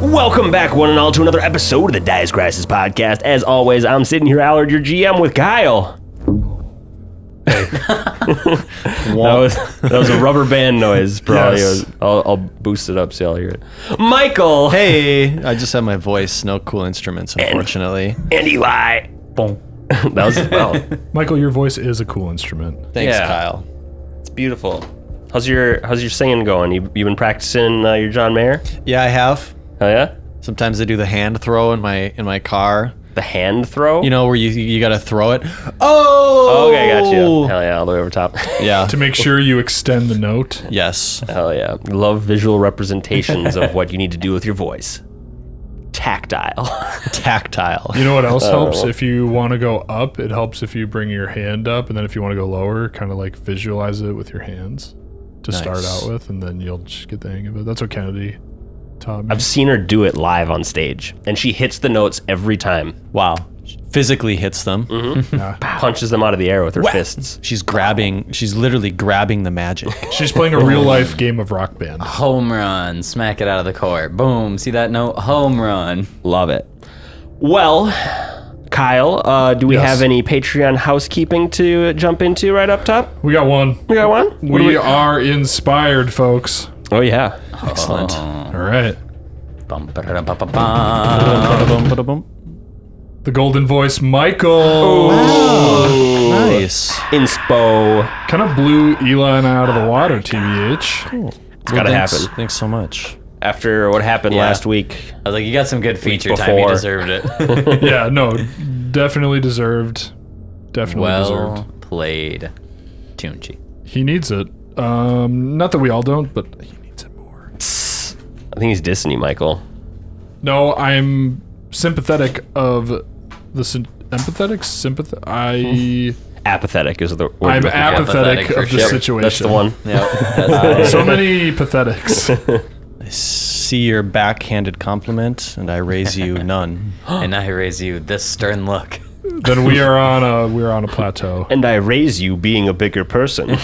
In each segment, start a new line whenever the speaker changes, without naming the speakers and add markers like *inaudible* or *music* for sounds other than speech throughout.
Welcome back, one and all, to another episode of the Dice Crisis Podcast. As always, I'm sitting here, Allard, your GM, with Kyle. That was *laughs* that was a rubber band noise. Probably.
Yes.
It was- I'll, I'll boost it up so y'all hear it. Michael
hey, I just have my voice. No cool instruments, unfortunately.
and Eli.
Boom.
*laughs* That was well.
Michael, your voice is a cool instrument.
Thanks,
yeah.
Kyle.
It's beautiful. How's your How's your singing going? You you been practicing uh, your John Mayer?
Yeah, I have.
Oh yeah.
Sometimes I do the hand throw in my in my car.
The hand throw.
You know where you you gotta throw it. Oh.
Okay, I got you. Hell yeah, all the way over top. *laughs*
Yeah.
To make sure you extend the note.
Yes.
Hell yeah. Love visual representations *laughs* of what you need to do with your voice. Tactile.
Tactile.
You know what else helps?
Uh.
If you want to go up, it helps if you bring your hand up. And then if you want to go lower, kind of like visualize it with your hands to start
Nice.
out with. And then you'll just get the hang of it. That's what Kennedy taught me.
I've seen her do it live on stage, and she hits the notes every time.
Wow. Physically hits them.
Mm-hmm.
Yeah.
Punches them out of the air with her fists.
She's grabbing. She's literally grabbing
*laughs*
the magic.
She's playing a real life game of rock band.
Home run. Smack it out of the court. Boom. See that note? Home run.
Love it. Well, Kyle, uh, do we
Yes.
have any Patreon housekeeping to jump into right up top?
We got one.
We got one. What do
We are inspired, folks.
oh yeah.
Excellent.
All right.
Uh-huh. Bum, ba-da-dum, ba-ba-bum.
Ba-da-bum, ba-da-bum.
The golden voice, Michael.
Oh.
Nice.
Inspo.
Kind of blew Elon out of the water, TBH.
It's gotta
Thanks-
happen.
Thanks so much.
After what happened
Yeah.
last week,
I was like, you got some good feature time. You
before.
deserved
*laughs*
it.
yeah, no, definitely deserved. Definitely
well
deserved.
played, Tunchi.
He needs it. Um, not that we all don't, but he needs it more.
I think he's dissing you, Michael.
No, I'm sympathetic of the syn- empathetic sympath. I
Apathetic is the word.
I'm
you're looking for.
apathetic,
Apathetic Hmm. for
of the
sure.
situation.
That's the one.
*laughs*
Yep.
So many
*laughs*
pathetics.
See your backhanded compliment, and I raise
*laughs*
you none.
and I raise you this stern look. *laughs*
then we are on a we are on a plateau.
and I raise you being a bigger person.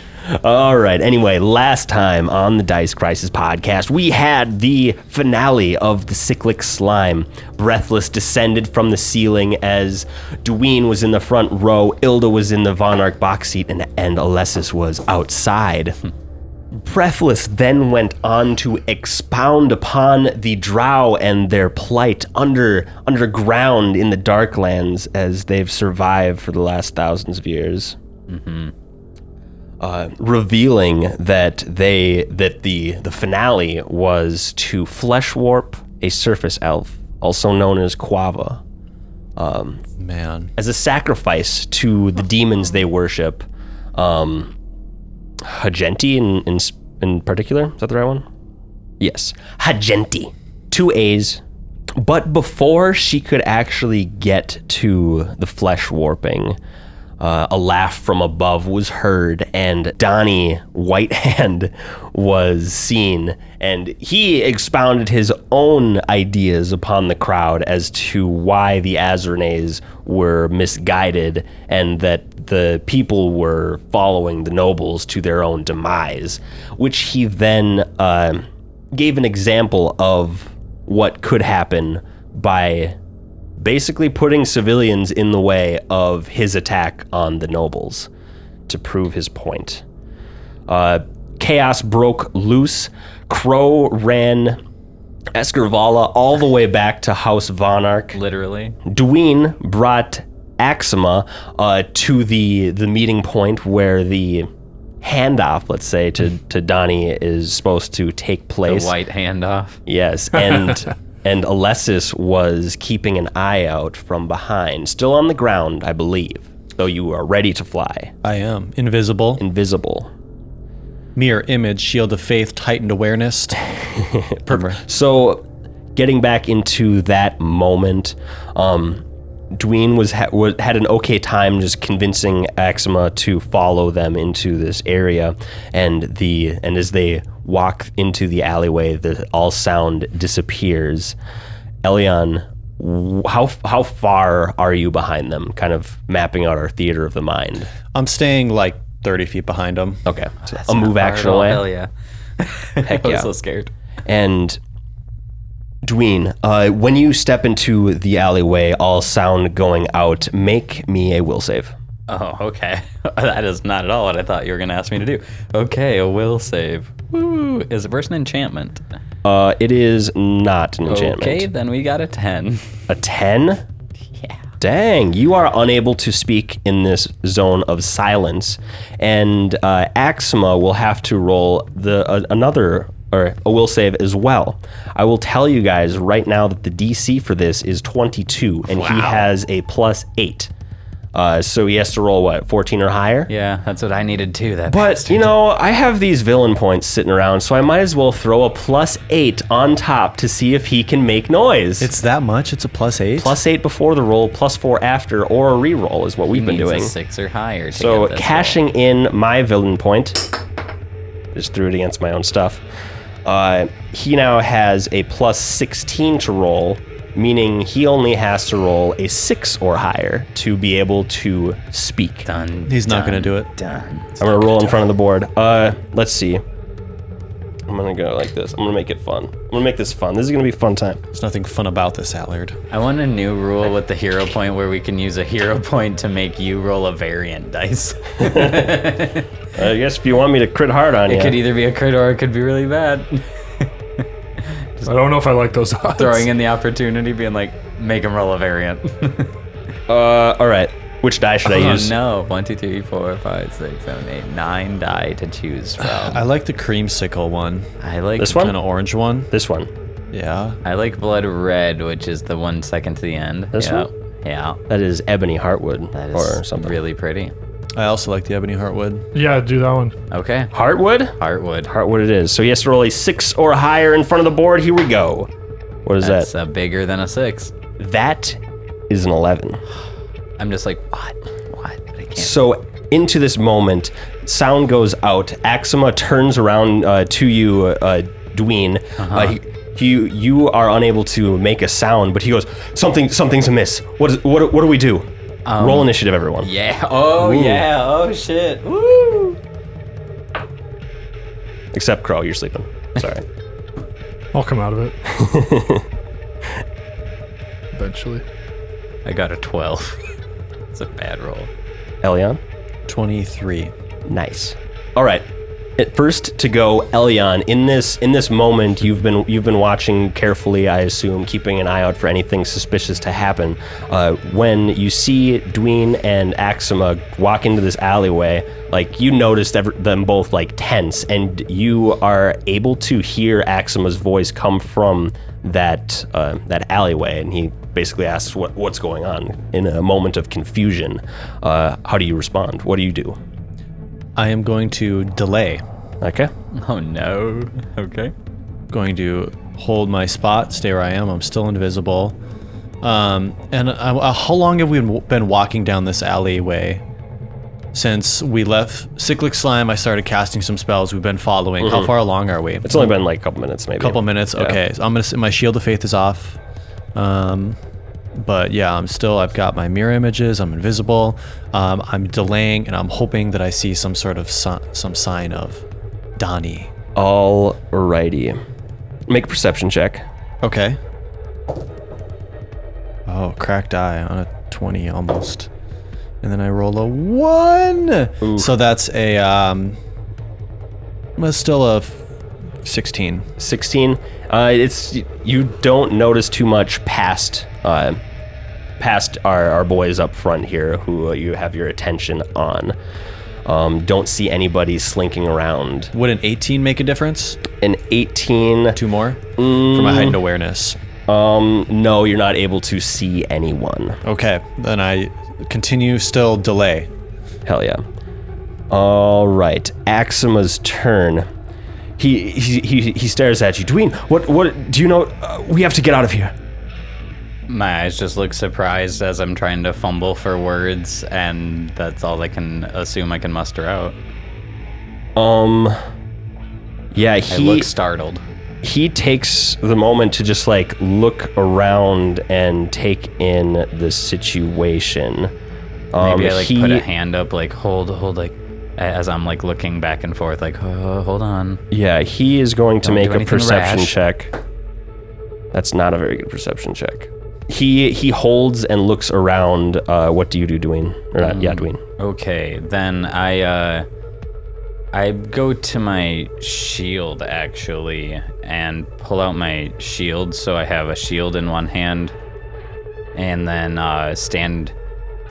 *laughs* All right. Anyway, last time on the Dice Crisis podcast, we had the finale of the cyclic slime. Breathless descended from the ceiling as Dwayne was in the front row, Ilda was in the Von Ark box seat, and, and Alessis was outside. Breathless then went on to expound upon the drow and their plight under underground in the Darklands as they've survived for the last thousands of years. Uh, revealing that they that the the finale was to flesh warp a surface elf, also known as Quava
Man.
as a sacrifice to the demons they worship. Um, Hagenti in, in s- in particular. Is that the right one? Yes. Hagenti. Two A's. But before she could actually get to the flesh warping, uh, a laugh from above was heard, and Donnie Whitehand *laughs* was seen. And he expounded his own ideas upon the crowd as to why the Azernays were misguided and that the people were following the nobles to their own demise, which he then uh, gave an example of what could happen by basically putting civilians in the way of his attack on the nobles to prove his point. Uh, chaos broke loose. Crow ran Escarvala all the way back to House Vonark.
Literally.
Dwayne brought Axima uh, to the the meeting point where the handoff, let's say, to, to Donnie is supposed to take
The
place.
white handoff.
Yes, and and Alessis was keeping an eye out from behind, still on the ground, I believe. Though you are ready to fly,
I am invisible.
invisible.
Mirror image, shield of faith, tightened *laughs* awareness. Remember?
So, getting back into that moment, um, Dwayne was, ha- was had an okay time just convincing Axima to follow them into this area, and the and as they walk into the alleyway, the all sound disappears. Elion, w- how how far are you behind them? Kind of mapping out our theater of the mind.
I'm staying like 30 feet behind him.
Okay, so a move action
Hell *laughs*
away.
yeah. I was
yeah.
so scared.
And Dween, uh, when you step into the alleyway, all sound going out, make me a will save.
Oh, okay. *laughs* that is not at all what I thought you were going to ask me to do. Okay, a will save. Woo! Is it versus an enchantment?
Uh, it is not an enchantment.
Okay, then we got a *laughs* 10.
A 10?
Yeah.
Dang, you are unable to speak in this zone of silence, and uh, Axima will have to roll the uh, another or a will save as well. I will tell you guys right now that the DC for this is 22, and he has a plus eight, uh, so he has to roll what 14 or higher.
Yeah, that's what I needed too. That
But you know, I have these villain points sitting around, so I might as well throw a plus eight on top to see if he can make noise
It's that much. It's a plus eight.
plus eight before the roll, plus four after, or a reroll is what we've been
needs
doing.
a six or higher. To
So
get this
cashing in my villain point, just threw it against my own stuff. Uh, he now has a plus 16 to roll, meaning he only has to roll a six or higher to be able to speak.
roll. Done.
He's not gonna
done,
do it.
Done.
I'm gonna roll in front of the board. Uh, let's see. I'm gonna go like this. I'm gonna make it fun. I'm gonna make this fun. This is gonna be a fun time.
There's nothing fun about this, Allard.
I want a new rule with the hero point where we can use a hero *laughs* point to make you roll a variant dice.
I guess if you want me to crit hard on you,
It could either be a crit or it could be really bad. *laughs*
I don't know if I like those odds.
Throwing in the opportunity, being like, make him roll a variant. *laughs*
uh, all right. Which die should I
oh
use?
no! One, two, three, four, five, six, seven, eight, nine die to choose from.
*sighs*
I like the creamsicle one,
I like
This one?
kind of orange one.
This one.
Yeah.
I like blood red, which is the one second to the end.
This
yeah.
one?
Yeah.
That is Ebony Heartwood
That is
or something.
really pretty.
I also like the ebony heartwood.
Yeah, do that one.
Okay.
Heartwood?
Heartwood.
Heartwood it is. So he has to roll a six or higher in front of the board. Here we go. What is
That's
that?
uh, bigger than a six.
that is an 11.
I'm just like, what? What? But I can't.
So into this moment, sound goes out. Axima turns around uh, to you, uh, Dween. Uh-huh. he, you you are unable to make a sound, but he goes, something something's amiss. What is, what what do we do? roll initiative, everyone.
Um, Yeah. Oh yeah. Oh shit. Woo.
Except Crow, you're sleeping.
*laughs*
Sorry.
I'll come out of it. Eventually.
I got a twelve. *laughs* it's a bad roll.
Elion.
Twenty-three.
Nice. All right. At first to go, Elion. In this in this moment, you've been you've been watching carefully, I assume, keeping an eye out for anything suspicious to happen. Uh, when you see Dween and Axima walk into this alleyway, like you noticed ever, them both like tense, and you are able to hear Axima's voice come from that uh, that alleyway, and he basically asks what what's going on. In a moment of confusion, uh, how do you respond? What do you do?
I am going to delay.
Okay.
Oh no. Okay.
Going to hold my spot. Stay where I am. I'm still invisible. Um, and I, I- how long have we been walking down this alleyway? Since we left Cyclic Slime, I started casting some spells. We've been following. How far along are we?
Mm-hmm. It's only been like a couple minutes, maybe.
couple minutes. Okay, so I'm gonna. s- My shield of faith is off. Um, but yeah, I'm still. I've got my mirror images. I'm invisible. Um, I'm delaying, and I'm hoping that I see some sort of si- some sign of Donnie.
Alrighty. Make a perception check.
Okay. Oh, cracked eye on a twenty almost, and then I roll a one. So that's a um. That's still a f- sixteen.
16. Uh, it's you don't notice too much past uh, past our, our boys up front here who uh, you have your attention on. Um, don't see anybody slinking around.
Would an eighteen make a difference?
An 18.
Two more for my heightened awareness.
Um, no, you're not able to see anyone.
Okay, then I continue still delay.
Hell yeah. All right, Axima's turn. He he he, he stares at you. Dween, what what do you know? Uh, we have to get out of here.
My eyes just look surprised as I'm trying to fumble for words, and that's all I can assume I can muster out.
Um. Yeah,
I
he
look startled.
he takes the moment to just like look around and take in the situation. Um,
Maybe I like
Oh, he,
put a hand up, like hold, hold, like a- as I'm like looking back and forth, like, oh, hold on.
Yeah, he is going to
Don't
make
do
a
anything
perception
rash.
check. That's not a very good perception check. He he holds and looks around. Uh, what do you do, Dwayne? Or not?
Mm.
Yeah, Dwayne.
Okay, then I uh I go to my shield actually and pull out my shield so I have a shield in one hand and then uh stand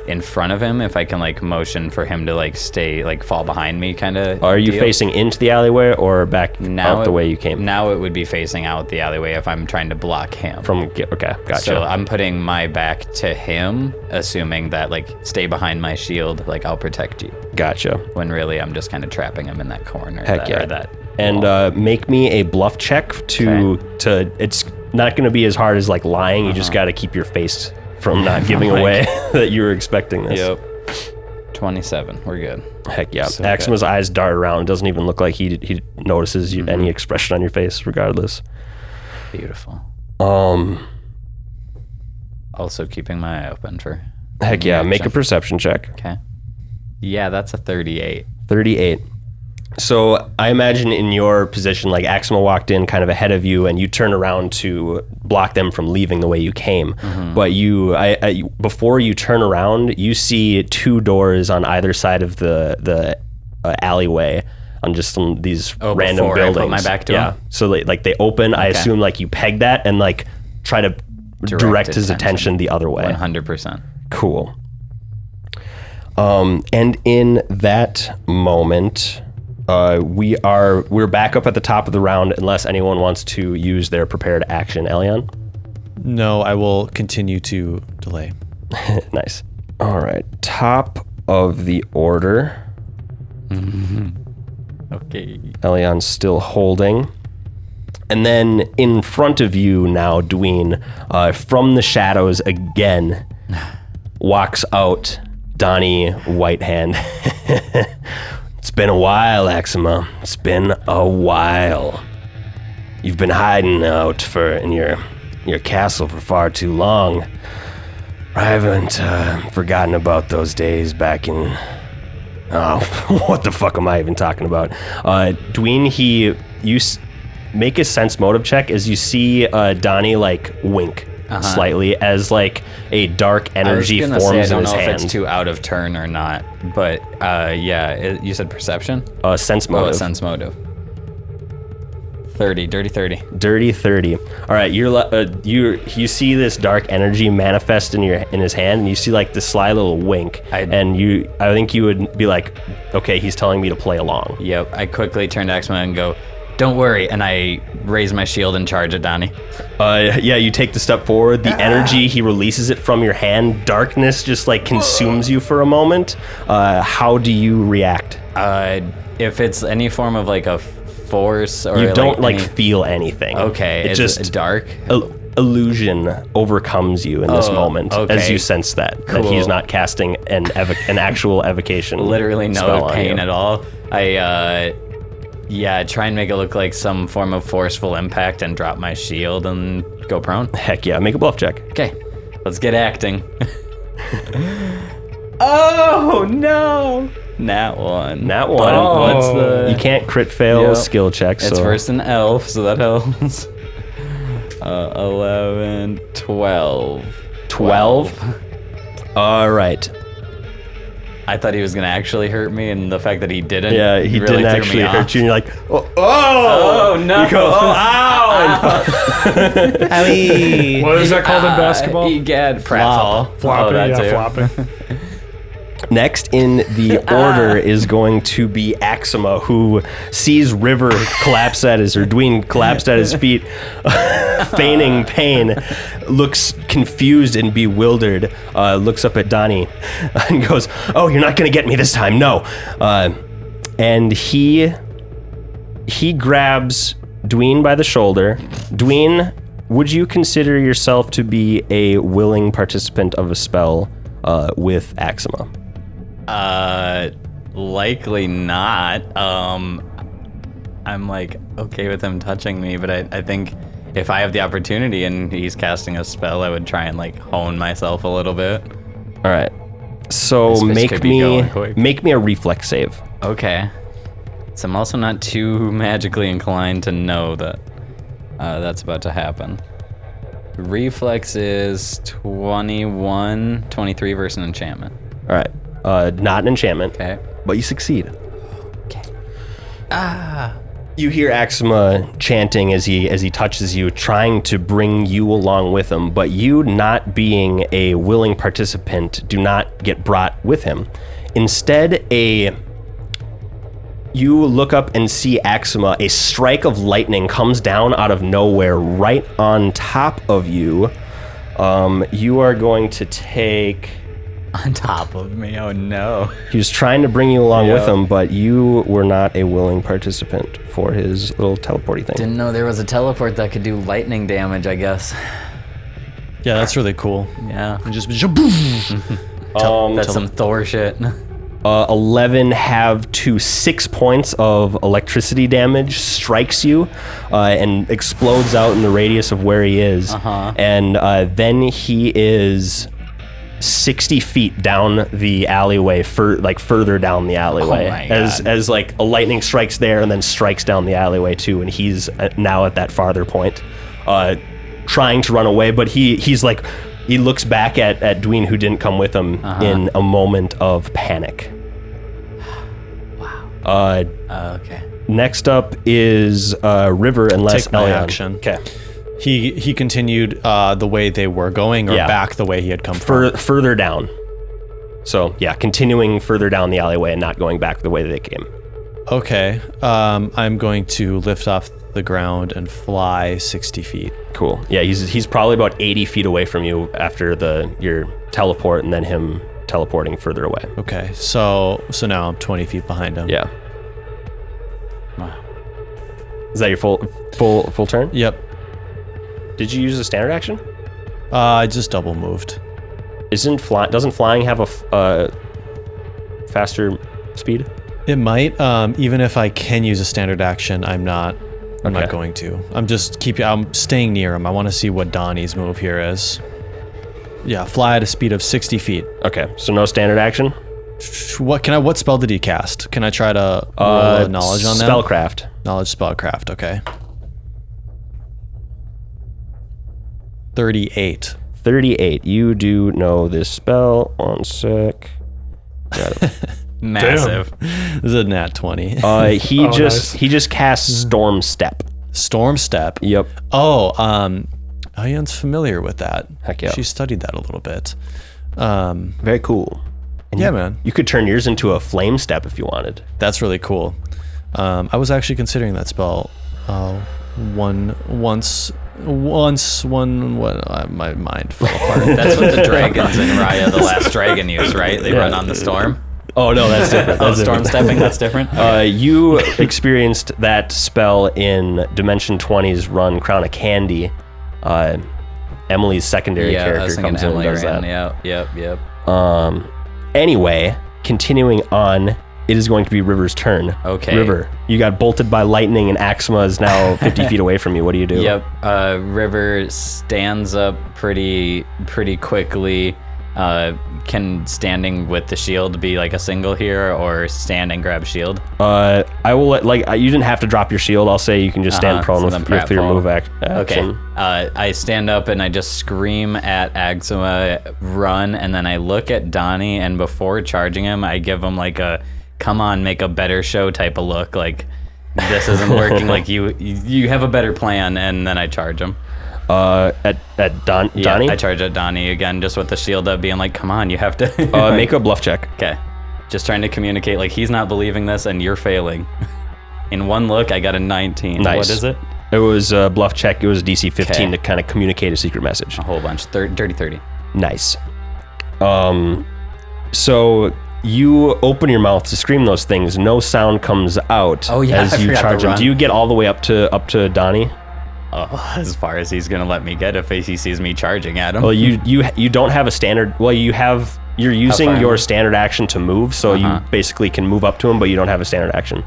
in front of him if I can like motion for him to like stay like fall behind me kind of
Are you facing into the alleyway or back
now
out the
it-
way you came?
Now it would be facing out the alleyway if I'm trying to block him.
From okay, gotcha.
So I'm putting my back to him, assuming that like stay behind my shield, like I'll protect you.
gotcha.
When really I'm just kind of trapping him in that corner.
Heck
that,
yeah.
Or that.
And uh, make me a bluff check to to. It's not going to be as hard as like lying. You just got to keep your face from
*laughs*
not giving
Uh-huh. Like-
away *laughs* that you were expecting this.
Yep. 27. We're good.
Heck yeah.
So
Axima's eyes dart around. Doesn't even look like he he notices you, any expression on your face, regardless.
Beautiful.
Um,
Also keeping my eye open for.
heck yeah. Make a perception check.
Okay. Yeah, that's a 38.
38. So I imagine in your position, like Axima walked in kind of ahead of you, and you turn around to block them from leaving the way you came.
Mm-hmm.
But you, I, I, before you turn around, you see two doors on either side of the the uh, alleyway on just some these
Oh,
random
before I put
buildings.
my back to
yeah.
them?
So like, like they open. I assume like you peg that and like try to direct, his
attention.
attention the other way.
100%.
Cool. Um, and in that moment, uh, we are we're back up at the top of the round unless anyone wants to use their prepared action, Elion.
No, I will continue to delay.
*laughs* nice. All right, top of the order.
Okay.
Elion's still holding. And then in front of you now, Dween, uh, from the shadows again, walks out Donnie Whitehand. *laughs* it's been a while, Axima. It's been a while. You've been hiding out for in your your castle for far too long. I haven't uh, forgotten about those days back in *laughs* Oh, what the fuck am I even talking about? Uh, Dween, he, you s- make a sense motive check as you see uh, Donnie like wink slightly as like a dark
Uh-huh. I was
energy
gonna
forms
say, I
in
don't
his
know
hand.
if it's too out of turn or not, but uh, yeah, it, you said perception?
uh, sense
Oh,
motive.
sense motive. 30, dirty 30.
Dirty thirty. All right, you're le- uh, you you see this dark energy manifest in your in his hand, and you see like this sly little wink,
I-
and you I think you would be like, okay, he's telling me to play along.
Yep. I quickly turn to Axma and go, "Don't worry." And I raise my shield and charge at Donnie.
Uh, yeah, you take the step forward.
Ah.
The energy, he releases it from your hand. Darkness just like consumes you for a moment. Uh, how do you react?
Uh, if it's any form of like a f- force or
You don't like
any-
feel anything.
okay,
It
it's
just
dark.
il- illusion overcomes you in this
Oh,
moment as
okay.
you sense that that he's
Cool.
not casting an evoc- an actual evocation.
Literally
spell
no
on
pain
you.
at all. I uh, yeah, try and make it look like some form of forceful impact and drop my shield and
*laughs*
go prone.
Heck yeah! Make a bluff check.
Okay, let's
*laughs*
get acting. *laughs* oh no! Nat one.
That one.
Oh, what's
Oh.
the?
You can't crit fail
Yep.
skill checks.
It's
so.
first an elf, so that helps. *laughs* Uh, 11, 12.
12. All right.
I thought he was going to actually hurt me, and the fact that he didn't.
Yeah, he
really
didn't
threw
actually
me off. *laughs*
hurt you. And you're like, oh,
Oh, no.
You go, oh, ow!
*laughs*
What is that called in *laughs*
Uh,
basketball?
egad,
Wow.
pratfall.
flopping,
Oh, that
yeah,
too.
flopping.
Next in the order is going to be Axima, who sees River collapse at his, or Dween collapsed at his feet, *laughs* feigning pain, looks confused and bewildered, uh, looks up at Donnie *laughs* and goes, oh, you're not going to get me this time, no. Uh, and he he grabs Dween by the shoulder. Dween, would you consider yourself to be a willing participant of a spell uh, with Axima?
Uh, likely not. Um, I'm like okay with him touching me, but I, I think if I have the opportunity and he's casting a spell, I would try and like hone myself a little bit.
All right. So
fist
make
could be
me
going quick.
make me a reflex save.
Okay. So I'm also not too *laughs* magically inclined to know that uh, that's about to happen. Reflex is 21, 23 versus an enchantment.
All right. Uh, not an enchantment,
Okay.
but you succeed. Okay. Ah. You hear Axima chanting as he as he touches you, trying to bring you along with him, but you, not being a willing participant, do not get brought with him. Instead, a you look up and see Axima. A strike of lightning comes down out of nowhere, right on top of you. Um, you are going to take.
*laughs* On top of me. Oh no.
He was trying to bring you along with him, but you were not a willing participant for his little teleporty thing.
Didn't know there was a teleport that could do lightning damage, I *laughs* guess.
Yeah, that's really cool.
Yeah.
And just boom.
That's some Thor *laughs* shit. Oh,
Uh, 11 have to 6 points of electricity damage, strikes you, uh, and explodes out in the radius of where he is.
Uh-huh.
And uh, then he is 60 feet down the alleyway, fur- like further down the alleyway.
Oh my
as,
God.
as like a lightning strikes there and then strikes down the alleyway too, and he's uh, now at that farther point, uh, trying to run away, but he he's like he looks back at at Dween who didn't come with him
Uh-huh.
in a moment of panic. Wow. Uh,
okay.
next up is uh, River unless
Take my
Elyon.
action.
Okay.
He he continued uh, the way they were going, or
Yeah.
back the way he had come
Fur-
from.
further down. So yeah, continuing further down the alleyway and not going back the way they came.
Okay, um, I'm going to lift off the ground and fly 60 feet.
Cool. Yeah, he's he's probably about eighty feet away from you after the your teleport, and then him teleporting further away.
Okay, so so now I'm 20 feet behind him.
Yeah.
Wow.
Is that your full full full turn?
Yep.
Did you use a standard action?
Uh, I just double moved.
Isn't fly doesn't flying have a f- uh, faster speed?
It might. Um, even if I can use a standard action, I'm not. I'm
Okay.
not going to. I'm just keep. I'm staying near him. I want to see what Donnie's move here is. Yeah, fly at a speed of 60 feet.
Okay, so no standard action.
What can I? What spell did he cast? Can I try to
Uh,
roll a knowledge on that?
spellcraft.
Knowledge spellcraft. Okay. 38.
Thirty-eight. You do know this spell. One sec.
Massive.
*laughs* This is a nat 20.
Uh, he
Oh,
just
nice.
he just casts storm step.
Storm step.
Yep.
Oh, um, Ayun's familiar with that.
Heck yeah.
She studied that a little bit. Um,
Very cool. And
yeah,
you-
man.
You could turn yours into a flame step if you wanted.
That's really cool. Um, I was actually considering that spell. Uh, one once, once one. What uh, my mind fell
*laughs*
apart.
That's what the *laughs* dragons in Raya the Last *laughs* Dragon use, right? They run on the storm.
Oh no, that's *laughs* different.
Oh, storm stepping, that's *laughs* different. Oh,
Uh, you *laughs* experienced that spell in Dimension 20's run Crown of Candy. Uh, Emily's secondary
yeah, I was
character
thinking
comes
Emily
in and does
ran.
that.
Yep, yep, yep.
Um, anyway, continuing on, it is going to be River's turn.
Okay.
River, you got bolted by lightning, and Axma is
*laughs*
now 50 feet away from you. What do you do?
Yep. Uh, River stands up pretty pretty quickly. Uh, can standing with the shield be like a single here, or stand and grab shield?
Uh, I will let, like, uh, you didn't have to drop your shield. I'll say you can just stand
Uh-huh,
prone
so
with,
then
your- with your
pratfall.
move ac-
Okay.
action.
Uh, I stand up and I just scream at Axima, run, and then I look at Donnie, and before charging him, I give him like a come on, make a better show type of look, like this isn't *laughs* working, like you you you have a better plan, and then I charge him.
Uh, at, at Don-
Yeah,
Donnie,
I charge at Donnie again, just with the shield up, being like, come on, you have to. *laughs*
uh, make a bluff check.
okay. Just trying to communicate, like, he's not believing this and you're failing. *laughs* In one look, I got a 19.
Nice.
What is it?
It was a bluff check. It was DC 15 to
Okay.
kind of communicate a secret message.
A whole bunch. Thir- dirty 30.
Nice. Um, so you open your mouth to scream those things. No sound comes out
Oh, yeah, *laughs* I
as you
forgot to
charge them.
run.
Do you get all the way up to up to Donnie?
Oh, as far as he's gonna let me get if he sees me charging at him.
Well, you you you don't have a standard. Well, you have you're using
far am
your
I?
standard action to move, so
Uh-huh.
you basically can move up to him, but you don't have a standard action.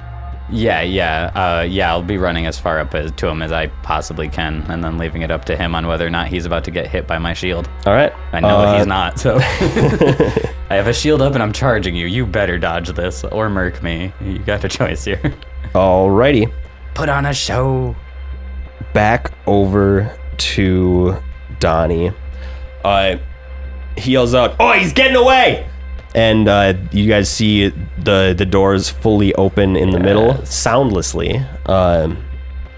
Yeah, yeah, uh, yeah. I'll be running as far up as, to him as I possibly can, and then leaving it up to him on whether or not he's about to get hit by my shield.
All right.
I know
Uh,
he's not, *laughs* so I have a shield up and I'm charging you. You better dodge this or murk me. You got a choice here.
Alrighty.
Put on a show.
back over to Donnie. Uh, he yells out, "Oh, he's getting away!" And uh, you guys see the the doors fully open in the middle, soundlessly, um,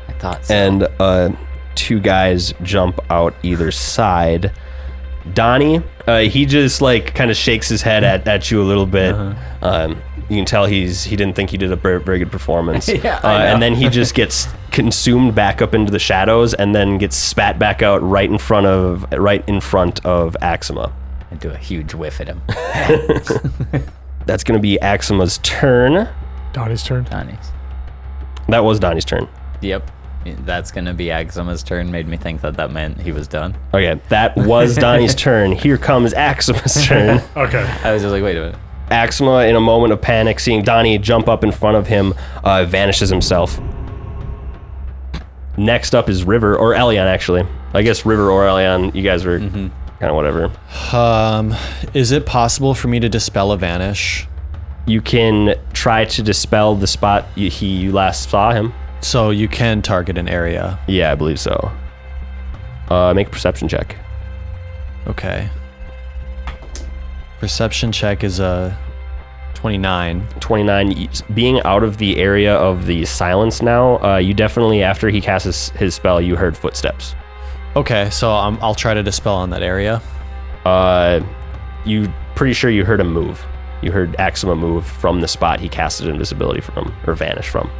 I thought so.
and uh, two guys jump out either side. Donnie, uh, he just like kind of shakes his head at, at you a little bit.
Uh-huh.
Um, you can tell he's he didn't think he did a very, very good performance.
*laughs* Yeah,
uh,
I know.
and then he just
*laughs*
gets consumed back up into the shadows, and then gets spat back out right in front of right in front of Axima.
I do a huge whiff *laughs* at him.
That's gonna be Axima's turn.
Donnie's turn.
Donnie's.
That was Donnie's turn.
Yep. That's gonna be Axima's turn. Made me think that that meant he was done.
Okay, that
*laughs*
was Donnie's turn. Here comes Axima's turn.
Okay.
I was just like, wait a minute.
Axma, in a moment of panic, seeing Donnie jump up in front of him, uh, vanishes himself. Next up is River, or Elion, actually. I guess River or Elion, you guys were kind of whatever.
Um, is it possible for me to dispel a vanish?
You can try to dispel the spot you, he you last saw him.
So you can target an area.
Yeah, I believe so. Uh, make a perception check.
Okay. Perception check is a 29.
29 y- being out of the area of the silence now uh, you definitely after he casts his, his spell you heard footsteps
Okay, so um, I'll try to dispel on that area.
uh, you pretty sure you heard him move. You heard Axima move from the spot he casted invisibility from or vanish from.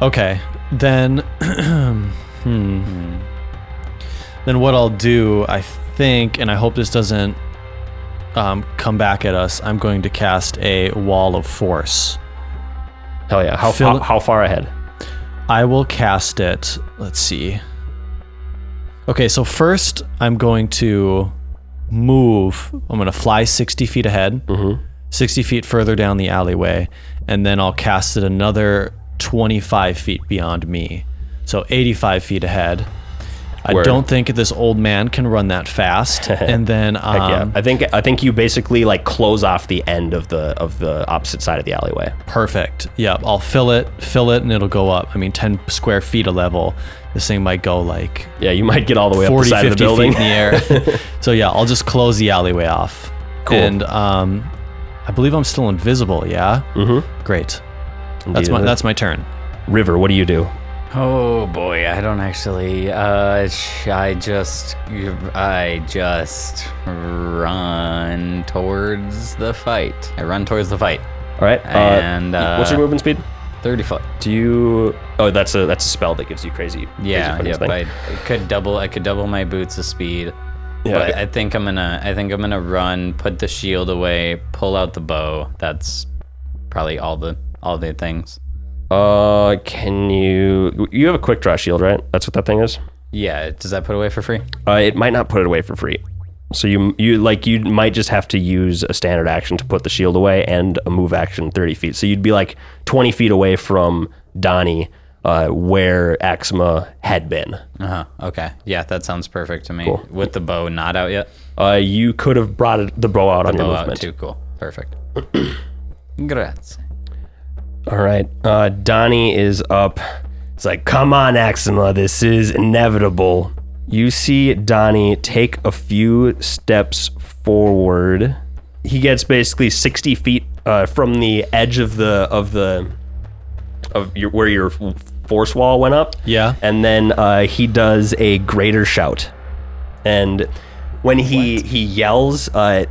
Okay, then. *clears throat* hmm. Then what I'll do, I think, and I hope this doesn't um, come back at us, I'm going to cast a wall of force.
Hell yeah! How how,
Fill-
how far ahead?
I will cast it. Let's see. Okay, so first I'm going to move. I'm going to fly 60 feet ahead,
Mm-hmm.
60 feet further down the alleyway, and then I'll cast it another 25 feet beyond me. So 85 feet ahead. I
Word.
don't think this old man can run that fast. and then
*laughs*
um,
Heck yeah! I think I think you basically like close off the end of the of the opposite side of the alleyway.
Perfect. Yep. I'll fill it, fill it, and it'll go up. I mean, 10 square feet a level. This thing might go like
Yeah, you might get all the way up the
40,
side
50
of the building.
feet in the air. so yeah, I'll just close the alleyway off.
Cool.
And um, I believe I'm still invisible. Yeah. Mm-hmm. Great. That's my
Indeed.
that's my turn.
*laughs* River, what do you do?
Oh boy, I don't actually. Uh, sh- I just, I just run towards the fight. I run towards the fight.
All right. uh,
And, uh,
what's your movement speed?
Thirty foot.
Do you? Oh, that's a that's a spell that gives you crazy. crazy
Yeah,
fucking
yeah.
thing.
I, I could double. I could double my boots of speed.
Yeah,
but
okay.
I think I'm gonna. I think I'm gonna run. Put the shield away. Pull out the bow. That's probably all the all the things.
Uh, can you? You have a quick draw shield, right? That's what that thing is.
Yeah. Does that put away for free?
uh, it might not put it away for free. So you you like you might just have to use a standard action to put the shield away and a move action thirty feet. So you'd be like twenty feet away from Donnie, uh, where Axma had been.
Uh huh. Okay. Yeah, that sounds perfect to me. With the bow not out yet.
Uh, you could have brought it, the bow out on your
Bow out
movement.
too. Cool.
*clears throat*
Perfect. Congrats.
All right, uh, Donnie is up. It's like, come on, Axima, this is inevitable. You see Donnie take a few steps forward. He gets basically sixty feet uh, from the edge of the of the of your, where your force wall went up.
Yeah.
and then uh, he does a greater shout, and when he he yells, uh,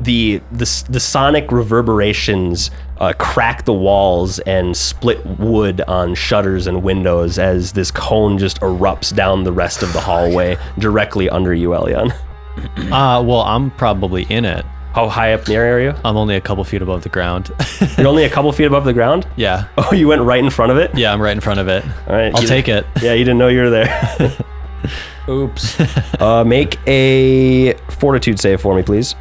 the the s- the sonic reverberations uh, crack the walls and split wood on shutters and windows as this cone just erupts down the rest of the hallway directly under you, Elion.
Uh well, I'm probably in it.
How high up in the air are you?
I'm only a couple feet above the ground. *laughs*
You're only a couple feet above the ground.
yeah.
Oh, you went right in front of it.
Yeah, I'm right in front of it.
All right,
I'll
you-
take it.
Yeah, you didn't know you were there.
Oops.
*laughs*
*laughs*
Uh, make a fortitude save for me, please.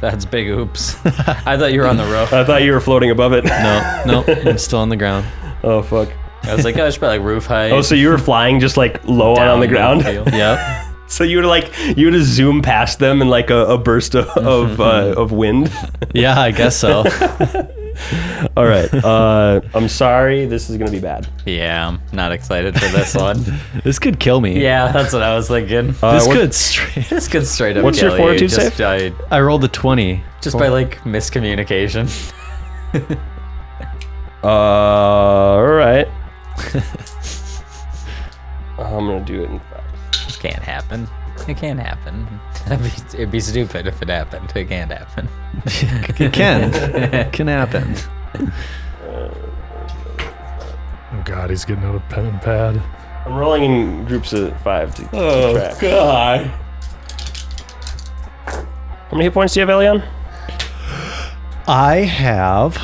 That's
*laughs*
big oops. I thought you were on the roof.
I thought you were floating above it.
No, no, I'm still on the ground.
Oh fuck.
I was like, oh, it's probably like roof height.
Oh, so you were flying just like low on the ground. *laughs*
downfield.
Yep.
So you would like you would zoom past them in like a, a burst of of, uh, of wind.
Yeah, I
*laughs*
guess so.
All right. Uh, I'm sorry. This is gonna be bad.
yeah, I'm not excited for this one.
*laughs*
this could kill me.
yeah, that's what I was thinking.
This
Uh, what-
could straight.
this could straight up.
what's your
kill you
fortitude
just
save?
by-
*laughs* I rolled a 20.
just by like miscommunication.
Uh, all right. I'm gonna do it in five.
It can't happen. It can't happen. *laughs* It'd be, it'd be stupid if it happened. It can't happen.
It can. It can happen.
Oh god, he's getting out a pen and pad.
I'm rolling in groups of five to keep track.
God.
How many hit points do you have, Elion?
I have